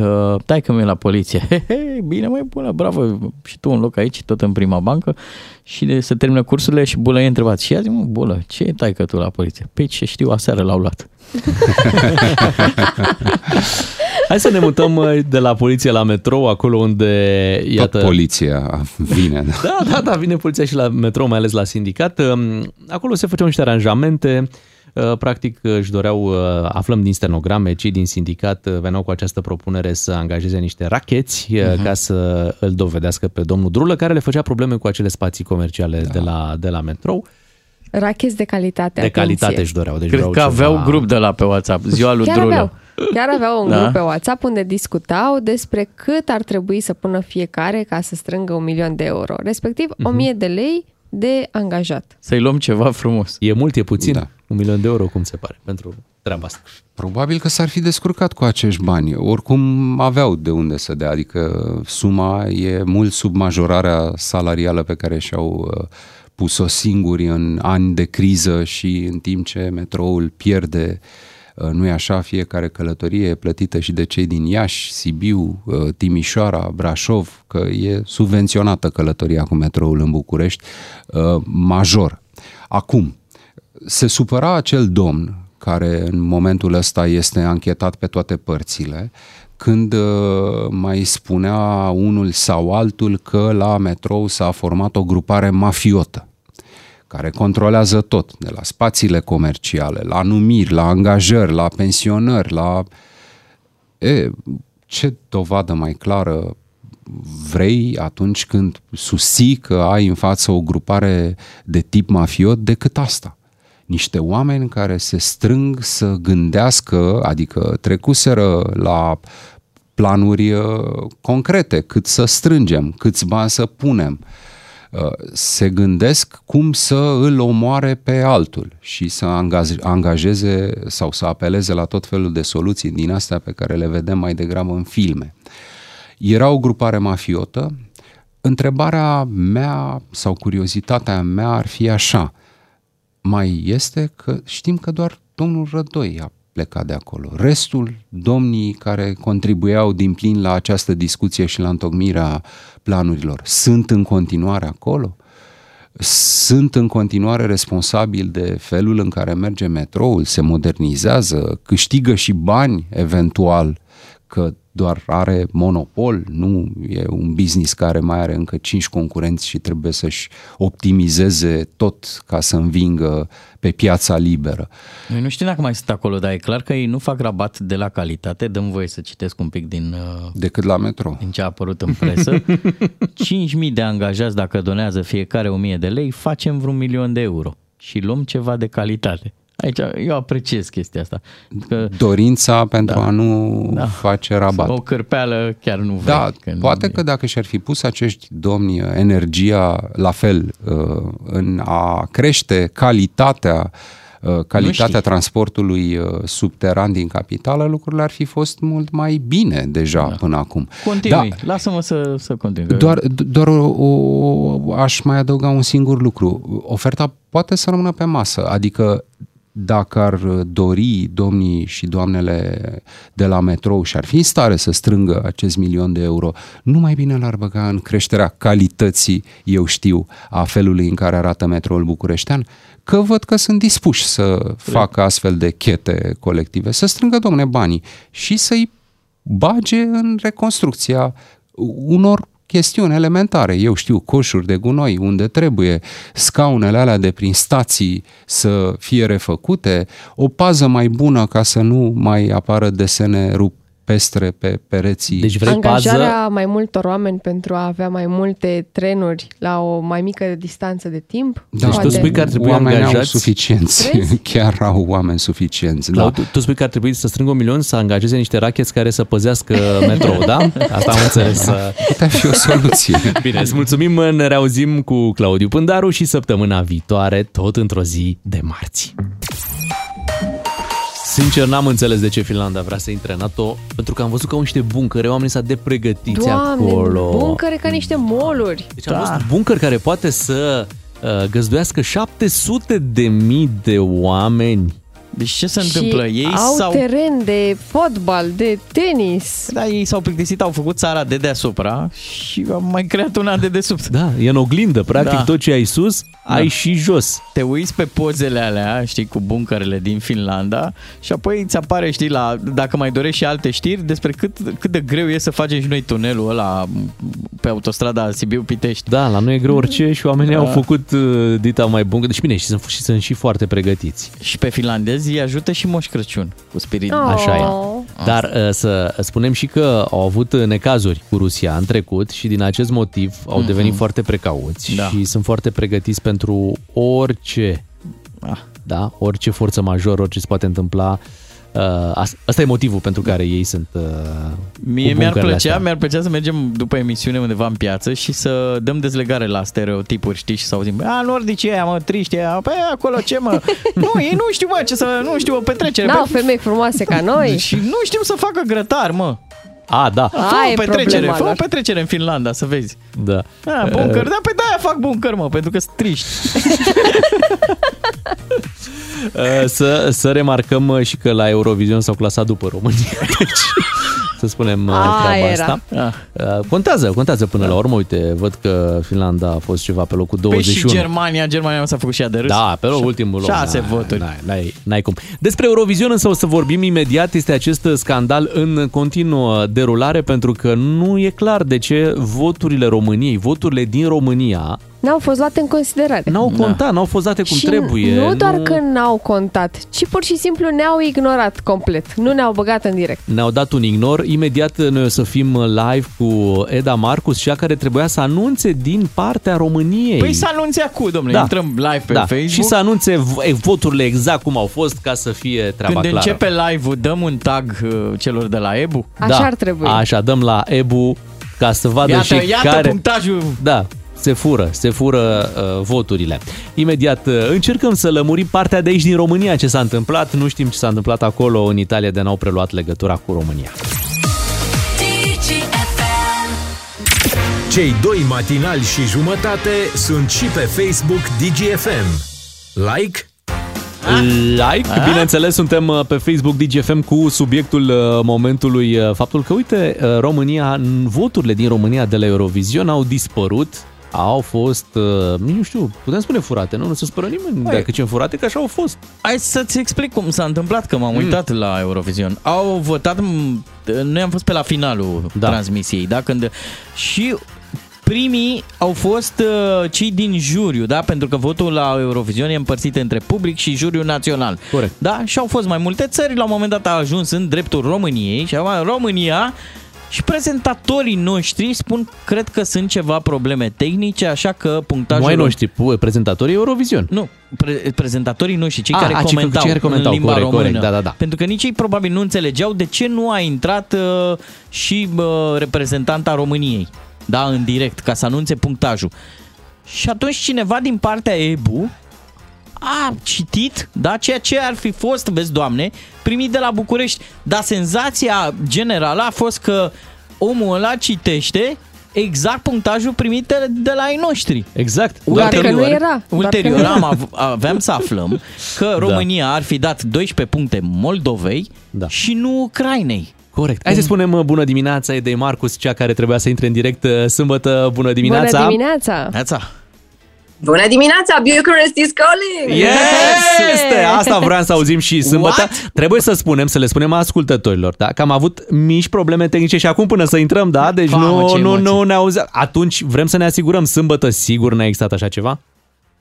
tai că mi la poliție. He, he, bine, mai bună, bravo, și tu un loc aici, tot în prima bancă și de, se termină cursurile și bulă e întrebat. Și ea zice, mă, bulă, ce e tai că tu la poliție? Păi ce știu, aseară l-au luat.
Hai să ne mutăm de la poliție la metrou, acolo unde...
Iată... Tot poliția vine.
Da, da, da, vine poliția și la metrou, mai ales la sindicat. Ehm, Acolo se făceau niște aranjamente Ehm, practic își doreau, ehm, aflăm din stenograme, cei din sindicat ehm, veneau cu această propunere să angajeze niște racheți uh-huh. ca să îl dovedească pe domnul Drulă, care le făcea probleme cu acele spații comerciale da. de, la, de la metrou.
Racheți de calitate,
De
atenție.
calitate își doreau. Deci
Cred
vreau
că
ceva...
aveau grup de la pe WhatsApp, ziua lui
Chiar
Drulă.
aveau, chiar aveau un
Da?
da? grup pe WhatsApp unde discutau despre cât ar trebui să pună fiecare ca să strângă un milion de euro, respectiv
Mhm.
o mie de lei de angajat.
Să-i luăm ceva frumos.
E mult, e puțin. Da. Un milion de euro, cum se pare, pentru treaba asta.
Probabil că s-ar fi descurcat cu acești bani. Oricum aveau de unde să dea, adică suma e mult sub majorarea salarială pe care și-au uh, pus-o singuri în ani de criză și în timp ce metroul pierde uh, nu e așa, fiecare călătorie e plătită și de cei din Iași, Sibiu, uh, Timișoara, Brașov, că e subvenționată călătoria cu metroul în București, uh, major. Acum, se supăra acel domn care în momentul ăsta este anchetat pe toate părțile, când uh, mai spunea unul sau altul că la metrou s-a format o grupare mafiotă care controlează tot, de la spațiile comerciale, la numiri, la angajări, la pensionări, la... E, ce dovadă mai clară vrei atunci când susții că ai în față o grupare de tip mafiot decât asta? niște oameni care se strâng să gândească, adică trecuseră la planuri uh, concrete, cât să strângem, câți bani să punem. Uh, Se gândesc cum să îl omoare pe altul și să angaz- angajeze sau să apeleze la tot felul de soluții din astea pe care le vedem mai degrabă în filme. Era o grupare mafiotă, Întrebarea mea sau curiozitatea mea ar fi așa. Mai este că știm că doar domnul Rădoi a plecat de acolo. Restul, domnii care contribuiau din plin la această discuție și la întocmirea planurilor, sunt în continuare acolo? Sunt în continuare responsabili de felul în care merge metroul, se modernizează, câștigă și bani eventual, că doar are monopol, nu e un business care mai are încă 5 concurenți și trebuie să-și optimizeze tot ca să învingă pe piața liberă.
Noi nu știm dacă mai sunt acolo, dar e clar că ei nu fac rabat de la calitate. Dăm voie să citesc un pic din, uh,
Decât la metro.
din ce a apărut în presă. 5.000 de angajați, dacă donează fiecare 1.000 de lei, facem vreun milion de euro și luăm ceva de calitate. Aici eu apreciez chestia asta. Că
Dorința pentru da. a nu da. face rabat.
o cărpeală chiar nu vrei.
Da,
că nu
poate
e.
că dacă și-ar fi pus acești domni uh, energia la fel uh, în a crește calitatea uh, calitatea transportului uh, subteran din capitală, lucrurile ar fi fost mult mai bine deja da. până acum.
Continui, da. lasă-mă să, să continui. că-
Doar, doar o, o, aș mai adăuga un singur lucru. Oferta poate să rămână pe masă, adică dacă ar dori domnii și doamnele de la metrou și ar fi în stare să strângă acest milion de euro, nu mai bine l-ar băga în creșterea calității, eu știu, a felului în care arată metroul bucureștean, că văd că sunt dispuși să facă astfel de chete colective, să strângă, domne, banii și să-i bage în reconstrucția unor chestiuni elementare. Eu știu coșuri de gunoi unde trebuie, scaunele alea de prin stații să fie refăcute, o pază mai bună ca să nu mai apară desene rupestre pe pereții. Deci
Angajarea mai multor oameni pentru a avea mai multe trenuri la o mai mică distanță de timp.
Deci tu spui că ar trebui
oameni
angajați-
Au suficienți,
Crezi?
chiar au oameni suficienți.
Clau,
da.
tu, tu spui că ar trebui să strângă un milion, să angajeze niște racheți care să păzească metrou, da? Asta am înțeles.
Da. Putea fi o soluție.
Bine, îți mulțumim, ne reauzim cu Claudiu Pândaru și săptămâna viitoare, tot într-o zi de marți. Sincer, n-am înțeles de ce Finlanda vrea să intre în NATO, pentru că am văzut că au niște buncăre, oamenii s-a de pregătiți
Doamne,
acolo.
buncăre ca niște moluri.
Deci am
Da.
văzut buncăr care poate să uh, găzduiască 700 de mii de oameni.
Deci ce se
Și au teren de fotbal, de tenis.
Da, ei s-au plictisit, au făcut țara de deasupra și am mai creat una de desubt.
Da, e în oglindă, practic
Da.
tot ce ai sus,
Da.
ai și jos.
Te uiți pe pozele alea, știi, cu buncărele din Finlanda și apoi îți apare, știi, la, dacă mai dorești și alte știri, despre cât, cât de greu e să facem și noi tunelul ăla pe autostrada Sibiu-Pitești.
Da, la noi e greu orice și oamenii
Da.
au făcut uh, dita mai bună. Deci bine, și sunt, și sunt și foarte pregătiți.
Și pe finlandezi îi ajută și Moș Crăciun cu spirit.
Așa e. Dar uh, să spunem și că au avut uh, necazuri cu Rusia în trecut și din acest motiv au
Mhm.
devenit foarte precauți
Da.
și sunt foarte pregătiți pentru orice,
Ah.
da, orice forță majoră, orice se poate întâmpla. Uh, as- Asta e motivul pentru care ei sunt uh,
Da. Mie mi-ar
cu buncările
plăcea,
astea.
mi-ar plăcea să mergem după emisiune undeva în piață și să dăm dezlegare la stereotipuri, știi, și să auzim, a, nordici ăia, mă, triști ăia, pe acolo ce, mă, nu, ei nu știu, mă, ce să, nu știu, o petrecere.
N-au
pe... Deci-
femei frumoase ca noi.
Și nu știu să facă grătar, mă.
A, da.
Fă
Aia e
o petrecere,
problema
fă o
lor.
petrecere în Finlanda, să vezi.
Da.
A, buncăr, da, pe de-aia fac buncăr, mă, pentru că sunt triști.
Uh, să, să remarcăm uh, și că la Eurovision s-au clasat după România. Deci, să spunem uh,
A,
treaba
era.
asta. Uh, Contează, contează până la urmă. Uite, văd că Finlanda a fost ceva pe locul
Păi și
21.
Germania, Germania nu s-a făcut și ea de râs.
Da, pe loc, ultimul loc.
Șase
Da,
voturi.
da, N-ai, n-ai cum. Despre Eurovision însă o să vorbim imediat. Este acest scandal în continuă derulare pentru că nu e clar de ce voturile României, voturile din România,
N-au fost luate în considerare.
n-au
Da.
contat, n-au fost date cum
și
trebuie.
nu doar că n-au contat, ci pur și simplu ne-au ignorat complet. Nu ne-au băgat în direct.
ne-au dat un ignor. Imediat noi o să fim live cu Eda Marcus, cea care trebuia să anunțe din partea României.
Păi să anunțe acum, domnule, intrăm live pe
da.
Facebook.
Și să anunțe v- e, voturile exact cum au fost ca să fie treaba
Când
clară.
începe live-ul, dăm un tag uh, celor de la EBU?
da. Așa, dăm la Ebu ca să vadă
Iată,
și
iată
care...
punctajul.
Da, se fură, se fură uh, voturile. Imediat uh, încercăm să lămurim partea de aici din România ce s-a întâmplat. Nu știm ce s-a întâmplat acolo în Italia de n-au preluat legătura cu România.
Cei doi matinali și jumătate sunt și pe Facebook DGFM. Like?
Like,
Ah?
bineînțeles, suntem uh, pe Facebook DGFM cu subiectul uh, momentului uh, faptul că, uite, uh, România, n- voturile din România de la Eurovision au dispărut, au fost, uh, nu știu, putem spune furate, nu? Nu se spără nimeni
Păi-
dacă ce furate, că așa au fost. Mm.
Hai să-ți explic cum s-a întâmplat, că m-am uitat la Eurovision. Au votat, m- noi am fost pe la finalul da. transmisiei, da? Când, și primii au fost uh, cei din juriu, da? Pentru că votul la Eurovision e împărțit între public și juriu național. Corect. Da? Și au fost mai multe țări, la un moment dat a ajuns în dreptul României și acum România și prezentatorii noștri spun, cred că sunt ceva probleme tehnice, așa că punctajul...
Nu ai noștri, pu- prezentatorii Eurovision.
Nu, pre- prezentatorii noștri, cei,
Ah,
care,
ah, cei
comentau
cei care comentau,
în limba
corect,
română.
corect, da, da, da.
Pentru că nici ei probabil nu înțelegeau de ce nu a intrat uh, și uh, reprezentanta României, da, în direct, ca să anunțe punctajul. Și atunci cineva din partea EBU a citit, da, ceea ce ar fi fost, vezi, doamne, primit de la București. Dar senzația generală a fost că omul ăla citește exact punctajul primit de- de la ei noștri.
Exact.
Doar că nu era. Doar că
Ulterior
nu era. Da.
am av- aveam să aflăm că România ar fi dat 12 puncte Moldovei da. și nu Ucrainei.
Corect. Hai să spunem uh, bună dimineața, e de Marcus, cea care trebuia să intre în direct uh, sâmbătă. Bună dimineața!
Bună dimineața!
dimineața!
Bună dimineața, Bucharest is calling!
Este! Asta vreau să auzim și sâmbătă. What? Trebuie să spunem, să le spunem ascultătorilor, da? Că am avut mici probleme tehnice și acum până să intrăm, da? Deci
Mamă,
nu,
ce
nu,
emoții.
nu ne auzeam. Atunci vrem să ne asigurăm, sâmbătă sigur n-a existat așa ceva?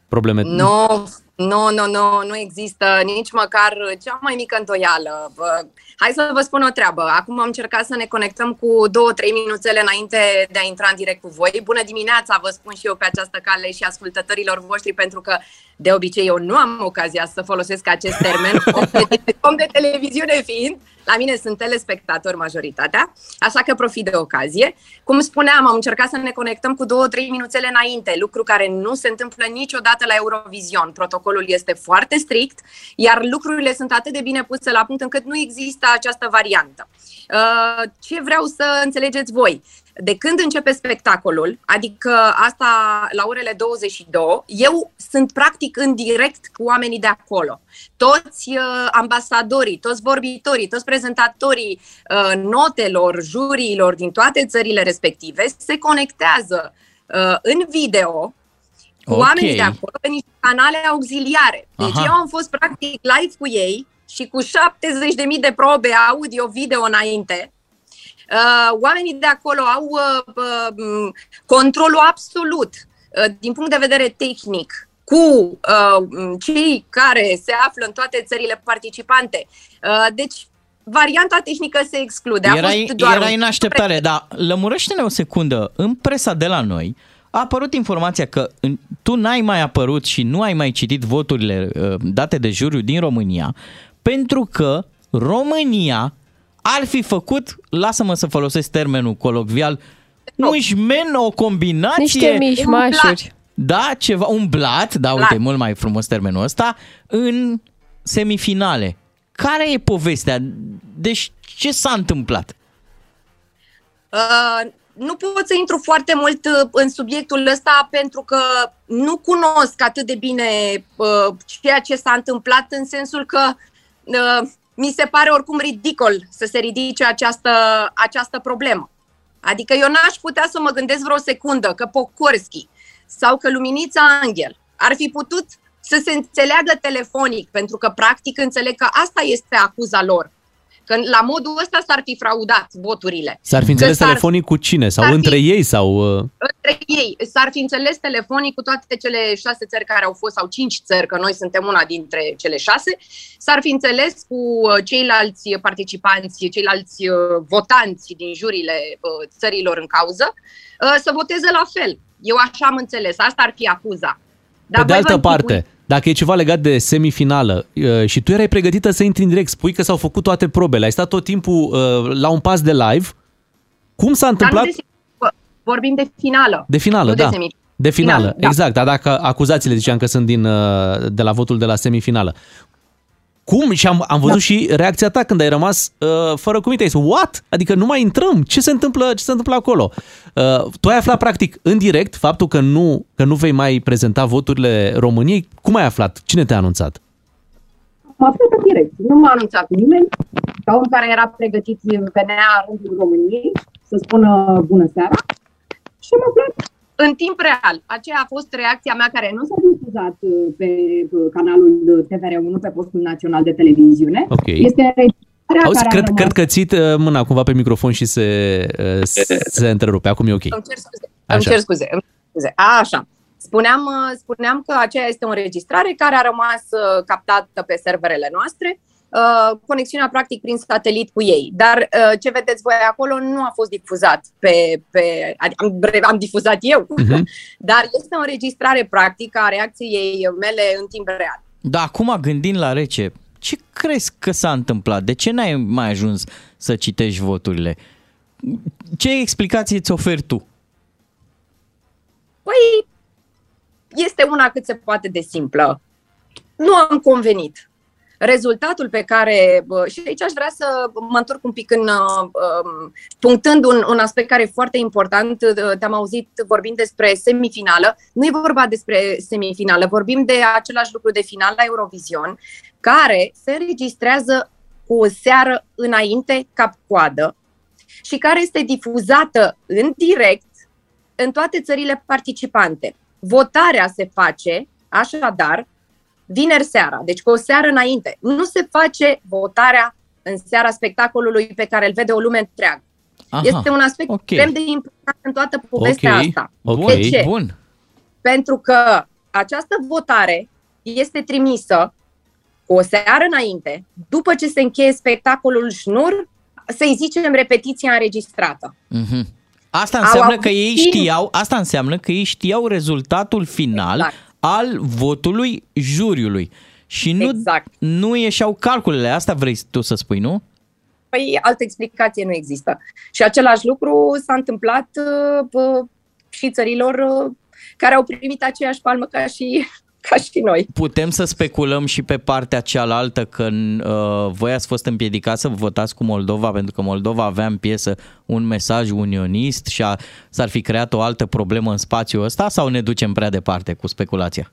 Probleme?
Nu, nu, nu, nu, nu există nici măcar cea mai mică întoială. Vă- Hai să vă spun o treabă. Acum am încercat să ne conectăm cu două, trei minuțele înainte de a intra în direct cu voi. Bună dimineața, vă spun și eu pe această cale și ascultătorilor voștri, pentru că de obicei eu nu am ocazia să folosesc acest termen, om de- om de televiziune fiind. La mine sunt telespectatori majoritatea, așa că profit de ocazie. Cum spuneam, am încercat să ne conectăm cu două, trei minuțele înainte, lucru care nu se întâmplă niciodată la Eurovision. Protocolul este foarte strict, iar lucrurile sunt atât de bine puse la punct încât nu există această variantă. Uh, Ce vreau să înțelegeți voi? De când începe spectacolul, adică asta la orele 22, eu sunt practic în direct cu oamenii de acolo. Toți uh, ambasadorii, toți vorbitorii, toți prezentatorii uh, notelor, juriilor din toate țările respective se conectează uh, în video cu
Ok.
oamenii de acolo pe niște canale auxiliare. Deci
Aha.
eu am fost practic live cu ei și cu 70.000 de probe audio-video înainte. Uh, oamenii de acolo au uh, uh, m, controlul absolut uh, din punct de vedere tehnic cu uh, m, cei care se află în toate țările participante. Uh, deci, varianta tehnică se exclude. A
Erai,
fost doar
erai
un-
în așteptare, dar lămurește-ne o secundă. În presa de la noi a apărut informația că în, tu n-ai mai apărut și nu ai mai citit voturile uh, date de juriu din România pentru că România ar fi făcut, lasă-mă să folosesc termenul colocvial, un șmen, o combinație.
Niște mișmașuri.
Da, ceva, un blat, da, uite,
Blat.
mult mai frumos termenul ăsta, în semifinale. Care e povestea? Deci ce s-a întâmplat?
Uh, nu pot să intru foarte mult uh, în subiectul ăsta pentru că nu cunosc atât de bine uh, ceea ce s-a întâmplat în sensul că uh, mi se pare oricum ridicol să se ridice această, această problemă. Adică eu n-aș putea să mă gândesc vreo secundă că Pocorski sau că Luminița Angel ar fi putut să se înțeleagă telefonic, pentru că practic înțeleg că asta este acuza lor. Că la modul ăsta s-ar fi fraudat voturile.
S-ar fi înțeles
Că Deci s-ar-
telefonic cu cine? Sau
s-ar
între
fi-
ei? Sau... uh,
între ei. S-ar fi înțeles telefonii cu toate cele șase țări care au fost, sau cinci țări, că noi suntem una dintre cele șase, s-ar fi înțeles cu uh, ceilalți participanți, ceilalți uh, votanți din jurile uh, țărilor în cauză, uh, să voteze la fel. Eu așa am înțeles, asta ar fi acuza.
Pe de
voi vă
altă
închipui-
parte, dacă e ceva legat de semifinală uh, și tu erai pregătită să intri în direct, spui că s-au făcut toate probele, ai stat tot timpul uh, la un pas de live, cum s-a
Dar nu
întâmplat?
de semi- Vorbim de finală.
De finală,
nu
da.
De semifinală.
de finală,
da.
exact. Dar dacă acuzațiile ziceam că sunt din, uh, de la votul de la semifinală. Cum? Și am, am văzut
Da.
și reacția ta când ai rămas uh, fără cuvinte. Ai zis, what? Adică nu mai intrăm. Ce se întâmplă, ce se întâmplă acolo? Uh, tu ai aflat practic în direct faptul că nu, că nu vei mai prezenta voturile României. Cum ai aflat? Cine te-a anunțat?
M-a aflat în direct. Nu m-a anunțat nimeni. Ca om care era pregătit, venea rândul României să spună bună seara. Și am aflat în timp real. Aceea a fost reacția mea care nu s-a difuzat uh, pe uh, canalul TVR1, pe postul național de televiziune.
Ok.
Este înregistrarea
Auzi,
care a
cred,
rămas-
cred că ții uh, mâna cumva pe microfon și se, uh, se, se întrerupe. Acum e ok.
Îmi cer scuze. Îmi
Așa.
cer scuze. Îmi cer scuze. A, așa. Spuneam, uh, spuneam că aceea este o înregistrare care a rămas uh, captată pe serverele noastre, uh, conexiunea practic prin satelit cu ei. Dar uh, ce vedeți voi acolo nu a fost difuzat pe. pe ad- am, bre- am difuzat eu,
Mhm.
dar este o înregistrare practică a reacției mele în timp real.
Da, acum gândind la rece, ce crezi că s-a întâmplat? De ce n-ai mai ajuns să citești voturile? Ce explicație îți oferi tu?
Păi, este una cât se poate de simplă. Nu am convenit. Rezultatul pe care. bă, și aici aș vrea să mă întorc un pic în. uh, um, punctând un, un aspect care e foarte important. uh, Te-am auzit vorbind despre semifinală. Nu e vorba despre semifinală, vorbim de același lucru de final la Eurovision, care se înregistrează cu o seară înainte cap-coadă și care este difuzată în direct în toate țările participante. Votarea se face, așadar, vineri seara, deci cu o seară înainte. Nu se face votarea în seara spectacolului pe care îl vede o lume întreagă.
Aha,
este un aspect
ok.
extrem de important în toată povestea asta.
Ok,
De ce?
bun.
Pentru că această votare este trimisă cu o seară înainte, după ce se încheie spectacolul șnur, să-i zicem repetiția înregistrată.
Mhm. Asta
Au
înseamnă
avut
că ei
timp.
știau, asta înseamnă că ei știau rezultatul final
Exact.
al votului juriului. Și nu,
Exact.
nu ieșeau calculele. Asta vrei tu să spui, nu?
Păi altă explicație nu există. Și același lucru s-a întâmplat uh, bă, și țărilor uh, care au primit aceeași palmă ca și, ca și noi.
Putem să speculăm și pe partea cealaltă că uh, voi ați fost împiedicați să votați cu Moldova pentru că Moldova avea în piesă un mesaj unionist și a, s-ar fi creat o altă problemă în spațiul ăsta sau ne ducem prea departe cu speculația?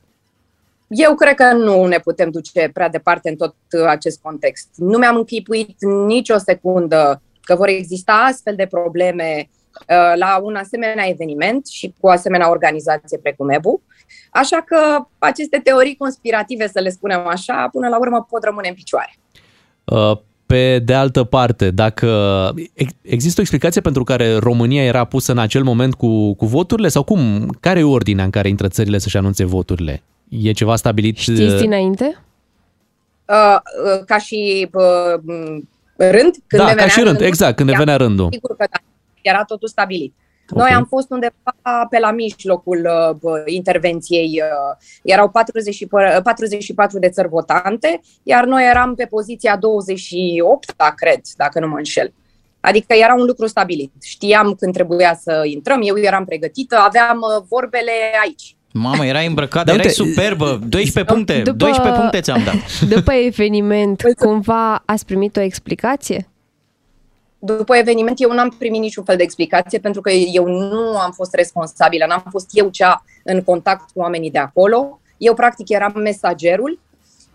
Eu cred că nu ne putem duce prea departe în tot uh, acest context. Nu mi-am închipuit nicio secundă că vor exista astfel de probleme uh, la un asemenea eveniment și cu o asemenea organizație precum EBU. Așa că aceste teorii conspirative, să le spunem așa, până la urmă pot rămâne în picioare.
Uh, Pe de altă parte, dacă ex- există o explicație pentru care România era pusă în acel moment cu, cu voturile sau cum? Care e ordinea în care intră țările să-și anunțe voturile? E ceva stabilit?
Știți dinainte?
Uh, uh, ca și uh, m, rând?
da, ca
ne venea
și rând,
rândul?
exact, când ne
Da,
venea rândul.
Sigur că da, era totul stabilit.
Ok.
Noi am fost undeva pe la mijlocul uh, bă, intervenției. uh, Erau 40, și pă- 44 de țări votante, iar noi eram pe poziția 28, da, cred, dacă nu mă înșel. Adică era un lucru stabilit. Știam când trebuia să intrăm, eu eram pregătită, aveam uh, vorbele aici.
Mamă, erai îmbrăcat,
Dar
erai
uite,
superbă, 12 puncte,
După-
12 puncte ți-am dat.
După eveniment, cumva ați primit o explicație?
După eveniment, eu n-am primit niciun fel de explicație pentru că eu nu am fost responsabilă, n-am fost eu cea în contact cu oamenii de acolo. Eu, practic, eram mesagerul.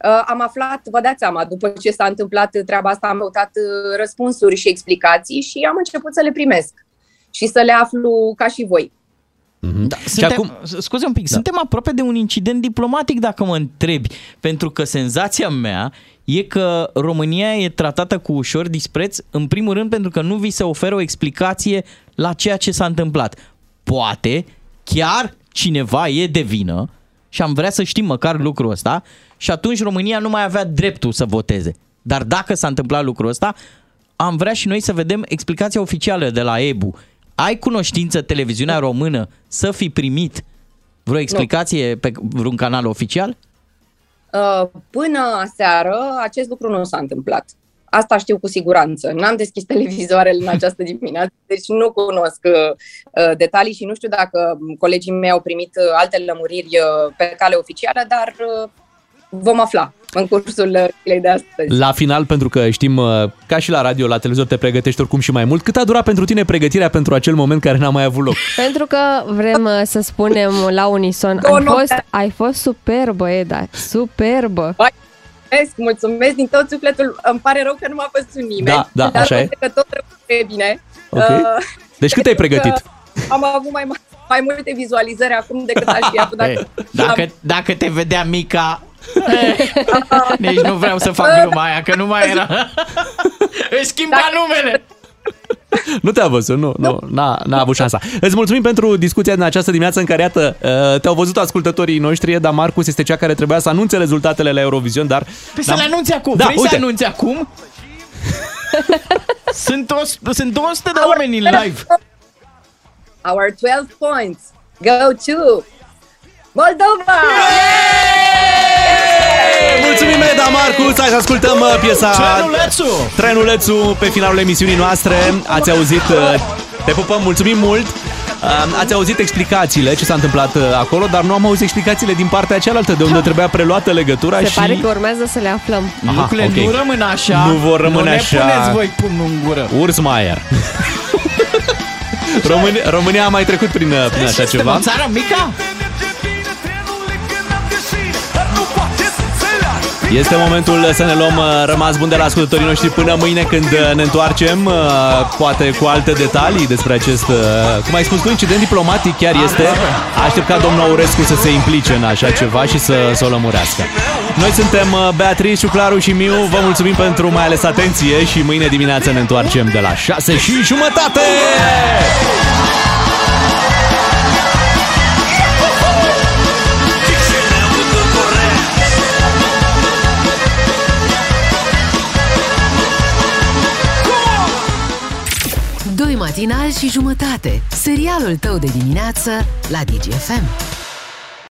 Uh, am aflat, vă dați seama, după ce s-a întâmplat treaba asta, am căutat uh, răspunsuri și explicații și am început să le primesc și să le aflu ca și voi.
Da, suntem, acum... Scuze un pic, da. suntem aproape de un incident diplomatic dacă mă întrebi, pentru că senzația mea e că România e tratată cu ușor dispreț, în primul rând pentru că nu vi se oferă o explicație la ceea ce s-a întâmplat. Poate chiar cineva e de vină și am vrea să știm măcar lucrul ăsta și atunci România nu mai avea dreptul să voteze. Dar dacă s-a întâmplat lucrul ăsta, am vrea și noi să vedem explicația oficială de la EBU. Ai cunoștință televiziunea română să fi primit vreo explicație pe vreun canal oficial?
Uh, Până seară, acest lucru nu s-a întâmplat. Asta știu cu siguranță. N-am deschis televizoarele în această dimineață, deci nu cunosc uh, uh, detalii și nu știu dacă um, colegii mei au primit uh, alte lămuriri uh, pe cale oficială, dar uh, vom afla. în cursul uh, zilei de astăzi.
La final, pentru că știm, uh, ca și la radio, la televizor te pregătești oricum și mai mult, cât a durat pentru tine pregătirea pentru acel moment care n-a mai avut loc?
Pentru că vrem uh, să spunem la unison,
Două
ai
nopți.
fost, ai fost superbă, Eda, superbă.
Mulțumesc, mulțumesc din tot sufletul. Îmi pare rău că nu m-a văzut nimeni.
Da, da,
dar
așa e.
poate că tot rău e bine.
Ok.
Uh,
Deci cât ai pregătit?
că Am avut mai, mai multe vizualizări acum decât aș fi avut.
Ei, Eh, dacă, dacă te vedea mica, Eh. nici nu vreau să fac gluma aia, că nu mai era. Îi schimba numele!
Nu te-a văzut, nu, nu, n-a, n-a avut șansa. Îți mulțumim pentru discuția din această dimineață în care, iată, uh, te-au văzut ascultătorii noștri, dar Marcus este cea care trebuia să anunțe rezultatele la Eurovision, dar...
Păi
dar-
să le anunți acum,
Da,
vrei
uite.
să anunți acum? sunt, o, sunt 200 de oameni în live.
Our 12 points go to Moldova!
Mulțumim, Eda Marcus! Hai să ascultăm uh, piesa
Trenulețu!
Trenulețu pe finalul emisiunii noastre. Ați auzit... uh, Te pupăm, mulțumim mult! Uh, Ați auzit explicațiile, ce s-a întâmplat uh, acolo, dar nu am auzit explicațiile din partea cealaltă, de unde trebuia preluată legătura
Se
și...
pare că urmează să le aflăm.
Aha,
Lucrurile
ok.
nu rămân așa.
Nu vor rămâne
nu ne
așa.
puneți voi pumnul în gură.
Urs Maier. Român, România a mai trecut prin, uh, prin așa
Suntem
ceva.
o țară mică?
Este momentul să ne luăm uh, rămas bun de la ascultătorii noștri până mâine când uh, ne întoarcem, uh, poate cu alte detalii despre acest, uh, cum ai spus tu, incident diplomatic chiar este. Aștept ca domnul Aurescu să se implice în așa ceva și să, să o lămurească. Noi suntem uh, Beatrice, Claru și Miu, vă mulțumim pentru mai ales atenție și mâine dimineață ne întoarcem de la 6 și jumătate!
Doi matinali și jumătate. Serialul tău de dimineață la DGFM.